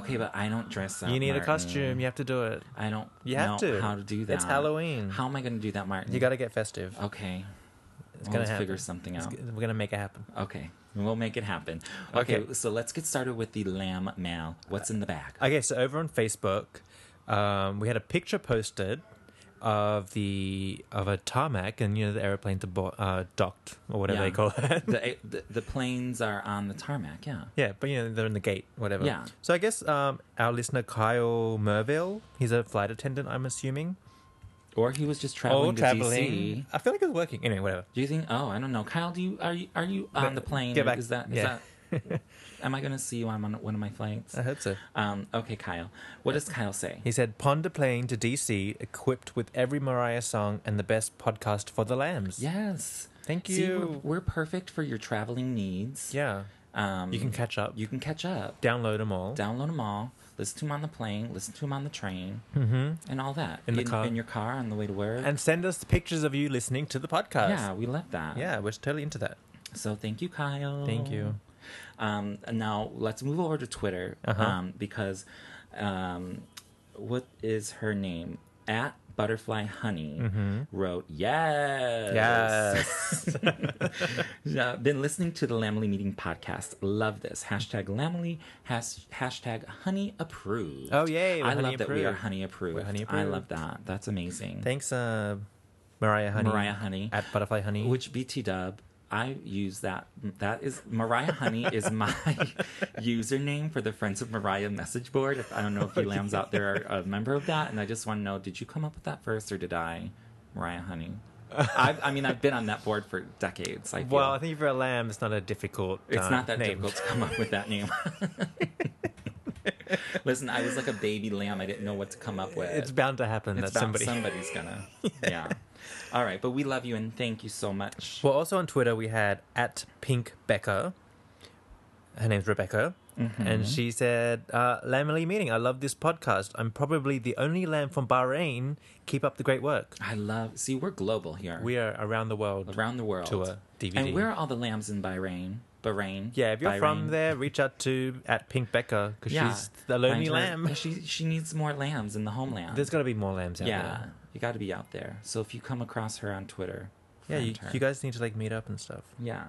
okay but i don't dress up
you need a
Martin.
costume. You have to do it.
i don't
You have
know
to.
how to do that
It's Halloween.
how am i going to do that martin
You got to get festive.
okay
it's
well,
gonna
let's
happen.
figure something
It's
out
g- We're gonna make it happen.
okay we'll make it happen okay,
Okay.
so let's get started with the lamb mail what's in the bag
Okay, so over on Facebook, um, we had a picture posted of the of a tarmac, and you know the airplanes are bo- uh, docked or whatever
Yeah.
they call it. <laughs>
the, eh, the the planes are on the tarmac yeah
Yeah, but you know they're in the gate, whatever.
Yeah.
So I guess um, our listener Kyle Merville, he's a flight attendant, I'm assuming.
or he was just
Oh,
traveling to DC.
I feel like it's working. Anyway, whatever.
Do you think? Oh, I don't know. Kyle, do you are you are you on the plane?
get back.
Is that is
Yeah. <laughs> Uh-huh.
that? am I going to see you on one- one of my flights?
I hope so.
Um, okay, Kyle. What does Kyle say?
He said, "Ponder plane to DC, equipped with every Mariah song and the best podcast for the lambs."
Yes.
Thank
See, we're,
you.
we're perfect for your traveling needs.
Yeah.
Um,
You can catch up.
you can catch up.
download them all.
Download them all. Listen to them on the plane. Listen to them on the train. Mm-hmm. And all that
In the car.
in your car on the way to work.
and send us pictures of you listening to the podcast.
yeah, we love that.
Yeah, we're totally into that.
So thank you, Kyle.
Thank you.
Um, and now let's move over to Twitter
Uh-huh.
um, because um, what is her name? At Butterfly Honey
Mm-hmm.
wrote, Yes. <laughs> Yeah, been listening to the Lamely Meeting podcast. Love this. Hashtag Lamely, has, hashtag Honey Approved.
Oh, yay, we're
I
Honey
love that we are
approved.
Honey approved.
We're Honey
I
approved.
love that. That's amazing.
Thanks, uh, Mariah Honey.
Mariah Honey.
At Butterfly Honey.
Which BT Dub, I use that. That is Mariah Honey
<laughs>
is my username for the Friends of Mariah message board. If I don't know if you lambs out there are a member of that, and I just want to know, did you come up with that first or did I, Mariah Honey? I've, I mean, I've been on that board for decades. I feel.
Well, I think if you're a lamb, it's not a difficult.
It's
uh,
not that
name.
difficult to come up with that
<laughs>
name. Listen, I was like a baby lamb. I didn't know what to come up with.
It's bound to happen
It's
that
bound-
somebody.
somebody's
<laughs>
gonna. yeah. All right, but we love you and thank you so much.
Well, also on Twitter we had at Pink Becker. Her name's Rebecca.
Mm-hmm.
And she said, uh, Lamely meeting. I love this podcast. I'm probably the only lamb from Bahrain. Keep up the great work.
I love. See, we're global here.
We are around the world.
around the world
to a DVD.
And where are all the lambs in Bahrain? Bahrain.
Yeah, if you're from
Bahrain.
there, reach out to at Pink Becker because
yeah,
she's the
find
lonely
her.
lamb.
Yeah, <laughs> She she needs more lambs in the homeland.
There's got to be more lambs out
yeah,
there.
you got to be out there. So if you come across her on Twitter,
Yeah, you,
friend her.
you guys need to like meet up and stuff.
Yeah.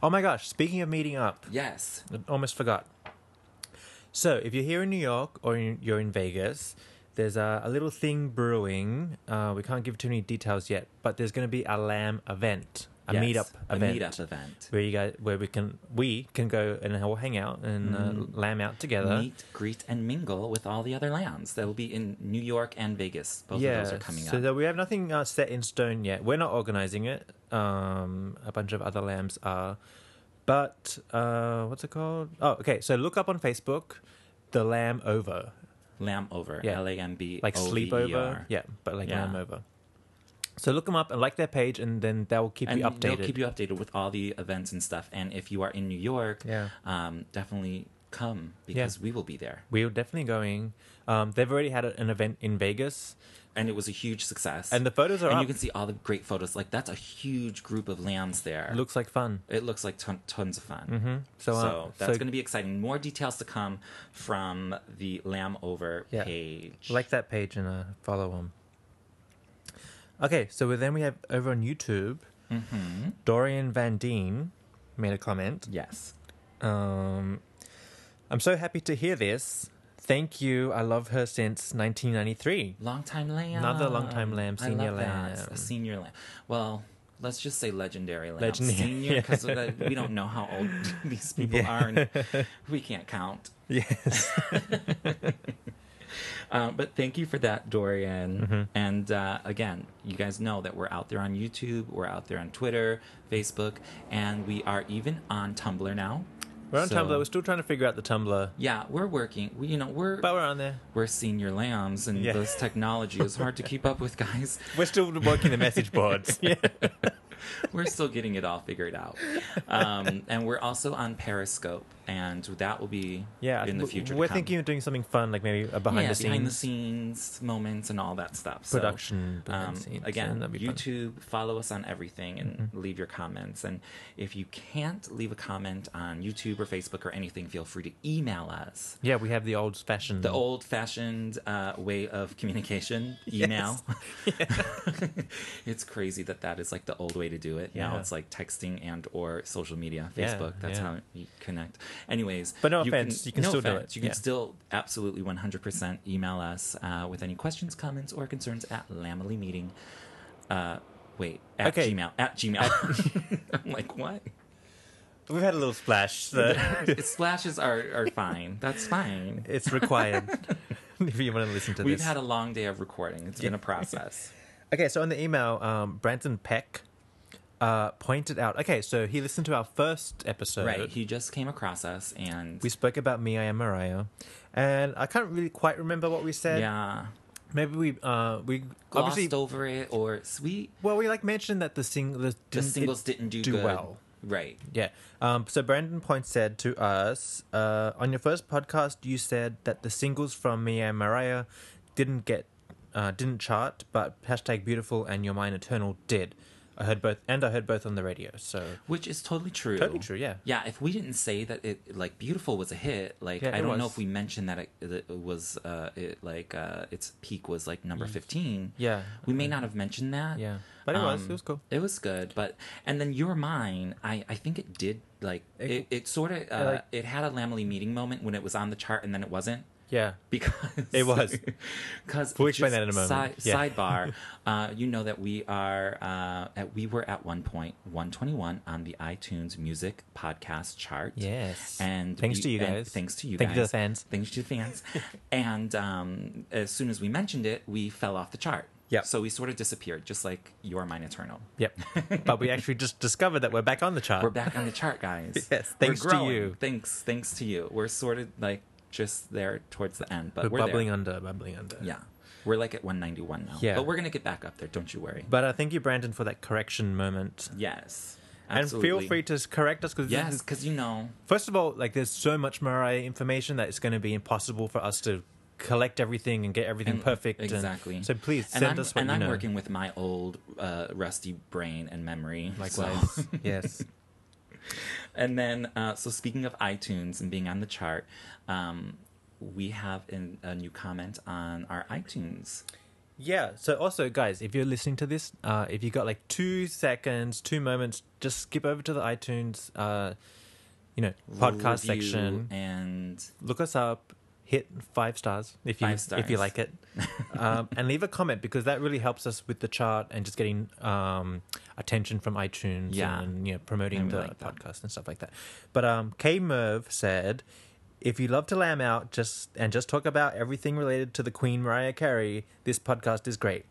Oh my gosh, speaking of meeting up,
Yes.
I almost forgot. So, if you're here in New York or in, you're in Vegas, there's a, a little thing brewing. Uh, we can't give too many details yet, but there's going to be a lamb event, a
Yes,
meetup
A
event,
meetup event.
where you guys where we can we can go and all hang out and
Mm.
uh, lamb out together.
Meet, greet, and mingle with all the other lambs. That will be in New York and Vegas. Both of those are coming
so
up.
that we have nothing uh, set in stone yet. We're not organizing it. Um, a bunch of other lambs are, but uh, what's it called? Oh, okay. So look up on Facebook, the lamb over,
Lamb over.
Yeah.
L A M B. E
like sleepover.
O-V-E-R.
Yeah, but like
Yeah.
lamb over. So look them up and like their page, and then that will keep
and
you updated.
They'll keep you updated with all the events and stuff. And if you are in New York,
Yeah.
um, definitely come because we will be there.
We're definitely going. Um, they've already had an event in Vegas.
And it was a huge success.
And the photos are
And
up.
you can see all the great photos. Like that's a huge group of lambs there.
Looks like fun.
it looks like ton- tons of fun. Mm-hmm.
So, uh,
that's
so-
going to be exciting. More details to come from the Lamb Over
Yeah.
page.
like that page and uh, follow them. Okay, so then we have over on YouTube, Mm-hmm. Dorian Van Deen made a comment.
yes,
Um, I'm so happy to hear this. Thank you. I love her since 1993.
long time lamb.
Another longtime lamb,
I
senior
love that.
lamb.
A senior lamb. Well. Let's just say legendary lamb.
<laughs> Legendary,
Senior,
yeah.
because we don't know how old <laughs> these people are. And we can't count. <laughs>
Yes. <laughs>
Um, but thank you for that, Dorian.
Mm-hmm.
And uh, again, you guys know that we're out there on YouTube, we're out there on Twitter, Facebook, and we are even on Tumblr now.
We're on
So-
Tumblr. We're still trying to figure out the Tumblr,
Yeah, we're working. We, you know, we're
but we're on there.
we're senior lambs, and
Yeah.
this technology is hard to keep up with, guys.
<laughs> We're still working the message boards. <laughs> yeah.
We're still getting it all figured out. Um, and we're also on Periscope, and that will be
Yeah.
in the
w-
future. to
We're
come.
thinking of doing something fun, like maybe a behind
yeah,
the scenes.
behind the scenes moments and all that stuff. So,
Production behind
um,
the scenes,
Again,
and that'd be fun. Mm-hmm.
YouTube, follow us on everything and leave your comments. And if you can't leave a comment on YouTube or Facebook or anything, feel free to email us.
Yeah, we have the old fashioned.
The old fashioned uh, way of
<laughs>
communication, email. it's crazy that that is like the old way to do it. Now
Yeah.
it's like texting and or social media,
Yeah,
Facebook. That's
yeah.
how you connect. Anyways,
But no offense, you can
no
still do
offense,
it,
You can
yeah.
still absolutely 100% email us uh, with any questions, comments, or concerns at Lamely Meeting. Uh, wait, at
Okay.
Gmail. At Gmail. <laughs> I'm like,
<laughs>
what?
We've had a little splash. <laughs> So
Splashes are, are fine. That's fine.
it's required <laughs> if you want to listen to
We've
this.
had a long day of recording. It's been a process.
Okay, so on the email, um, Branson Peck uh, pointed out. Okay, so he listened to our first episode.
right. He just came across us and
we spoke about me, I am Mariah, and I can't really quite remember what we said.
yeah,
Maybe we uh, we
glossed
obviously
over it or sweet.
well we like mentioned that the sing the,
The singles didn't do,
do
good.
well.
Right.
Yeah. Um, so Brandon Point said to us uh, on your first podcast, you said that the singles from Mia and Mariah didn't get uh, didn't chart, but hashtag Beautiful and Your Mine Eternal did. I heard both, and I heard both on the radio. So
Which is totally true.
Totally true, yeah.
Yeah. If we didn't say that it like beautiful was a hit, like
Yeah,
I
it
don't know
was.
if we mentioned that it, that it was uh it like uh its peak was like number fifteen.
Mm. Yeah.
We may not have mentioned that. Um,
Yeah. But it was- it was cool.
It was good. But and then your mine, I I think it did like it it, sort of uh,
like-
it had a Lamely meeting moment when it was on the chart and then it wasn't.
yeah,
because
It
<laughs>
was.
because
We'll explain that in a
just
moment.
si-
Yeah. <laughs>
Sidebar: uh, You know that we are uh, at we were at one point 121 on the iTunes Music Podcast chart.
Yes.
and
Thanks
we-
to you
and
guys.
thanks to you.
Thank you
guys.
to the fans.
Thanks to the
<laughs>
fans. and um, as soon as we mentioned it, we fell off the chart.
Yep.
So we sort of disappeared, just like your mine eternal.
yep.
<laughs>
but we actually just discovered that we're back on the chart.
We're back on the chart, guys.
<laughs> Yes,
We're
thanks to
growing.
you.
Thanks, thanks to you. We're sort of like just there towards the end, but
We're
we're, there.
bubbling under, bubbling under.
Yeah. We're like at 191 now.
Yeah.
But we're going to get back up there. Don't you worry.
But I thank you, Brandon, for that correction moment.
yes.
And
Absolutely.
feel free to correct us because
Yes, because you know.
First of all, like there's so much Mariah information that it's going to be impossible for us to collect everything and get everything
And-
perfect. and-
Exactly.
so please
And
send
I'm-
us what
And
you
I'm
know.
working with my old uh, rusty brain and memory. so-
Likewise.
<laughs>
yes.
and then, uh, so speaking of iTunes and being on the chart, um, we have an, a new comment on our iTunes.
Yeah. So also, guys, if you're listening to this, uh, if you got like two seconds, two moments, just skip over to the iTunes, uh, you know, podcast
review
section.
and
look us up hit five stars if you
Five stars.
if you
<laughs>
like it um, and leave a comment because that really helps us with the chart and just getting um, attention from itunes
Yeah.
and you know, promoting
And we
the
like that.
podcast and stuff like that but um, k merv said if you love to lamb out just and just talk about everything related to the queen mariah carey this podcast is great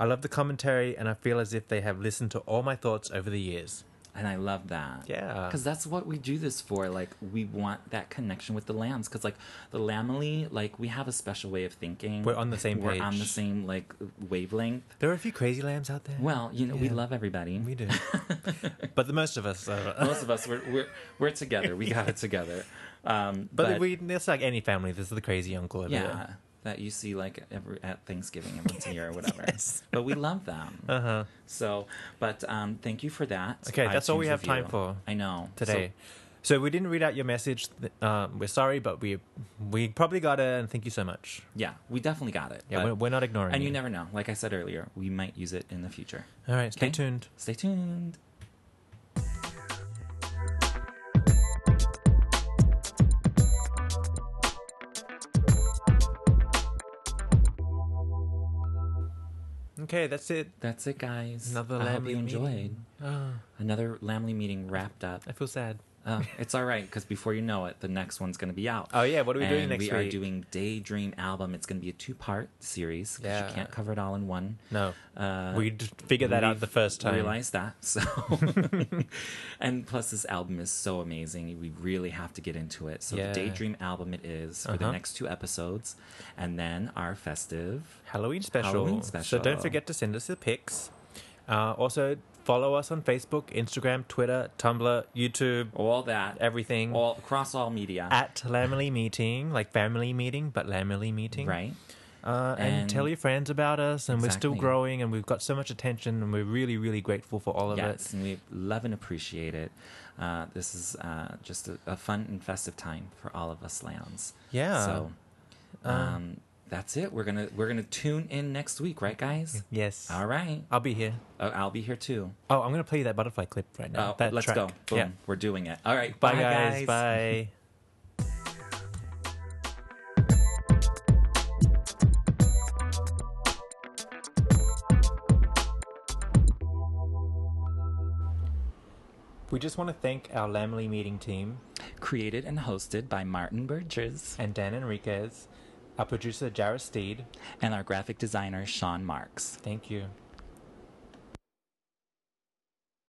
i love the commentary and i feel as if they have listened to all my thoughts over the years
and I love that.
Yeah.
Because that's what we do this for. Like, we want that connection with the lambs. Because, like, the lamely, like, we have a special way of thinking.
We're on the same
We're on the
page.
same, like, wavelength.
there are a few crazy lambs out there
Well, you know, we
Yeah.
love everybody. <laughs>
we do but the most of us are
Most of us, we're, we're, we're together. We got it
<laughs>
together. Um,
But, we it's like any family. This is the crazy uncle over
yeah,
there.
that you see, like, every, at Thanksgiving
<laughs>
and once a year or whatever. But we love them. Uh huh. So, but um, thank you for that.
Uh-huh. Okay, that's all we
iTunes
have time
review.
for
I know. So-
today. So, we didn't read out your message. th- Um, we're sorry, but we we probably got it, and thank you so much.
yeah, we definitely got it.
Yeah,
but-
we're, we're not ignoring
And you
you.
never know. Like I said earlier, we might use it in the future.
All right, stay
Okay?
tuned.
Stay tuned.
Okay, that's it.
That's it, guys.
Another
I hope you
Lamley
enjoyed.
meeting. Ah,
Another Lamley meeting wrapped
<laughs>
up.
I feel sad.
Uh, it's all right because before you know it, the next one's going to be out.
Oh, yeah, what are we doing
And
next
We are
week?
doing Daydream album. It's going to be a two-part series 'cause
Yeah.
you can't cover it all in one.
No,
Uh,
we d- figured that out the first time.
Realized that. So, <laughs> and plus, this album is so amazing. We really have to get into it. So,
Yeah.
the Daydream album it is for the
Uh-huh.
next two episodes, and then our festive.
Halloween special.
Halloween
So don't
special.
forget to send us the pics. Uh, also, follow us on Facebook, Instagram, Twitter, Tumblr, YouTube,
all that
everything.
all across all media
at Lamely Meeting, like family meeting, but Lamely Meeting.
right
Uh, and,
And-
tell your friends about us, and we're still
Exactly.
growing, and we've got so much attention, and we're really, really grateful for all of
yes
it.
and we love and appreciate it uh, this is uh, just a, a fun and festive time for all of us lambs
Yeah. Uh.
so um, that's it we're gonna we're gonna tune in next week right guys
Yes.
all right
I'll be here.
Oh, i'll be here too
Oh, I'm going to play you that butterfly clip right now.
oh,
that
let's
track.
go Boom.
Yeah.
we're doing it all right
Bye,
<laughs>
guys. Bye. We just want to thank our Lamley meeting team
created and hosted by martin burgess
and Dan Enriquez, our producer Jarrah Steed.
and our graphic designer sean marks
Thank you.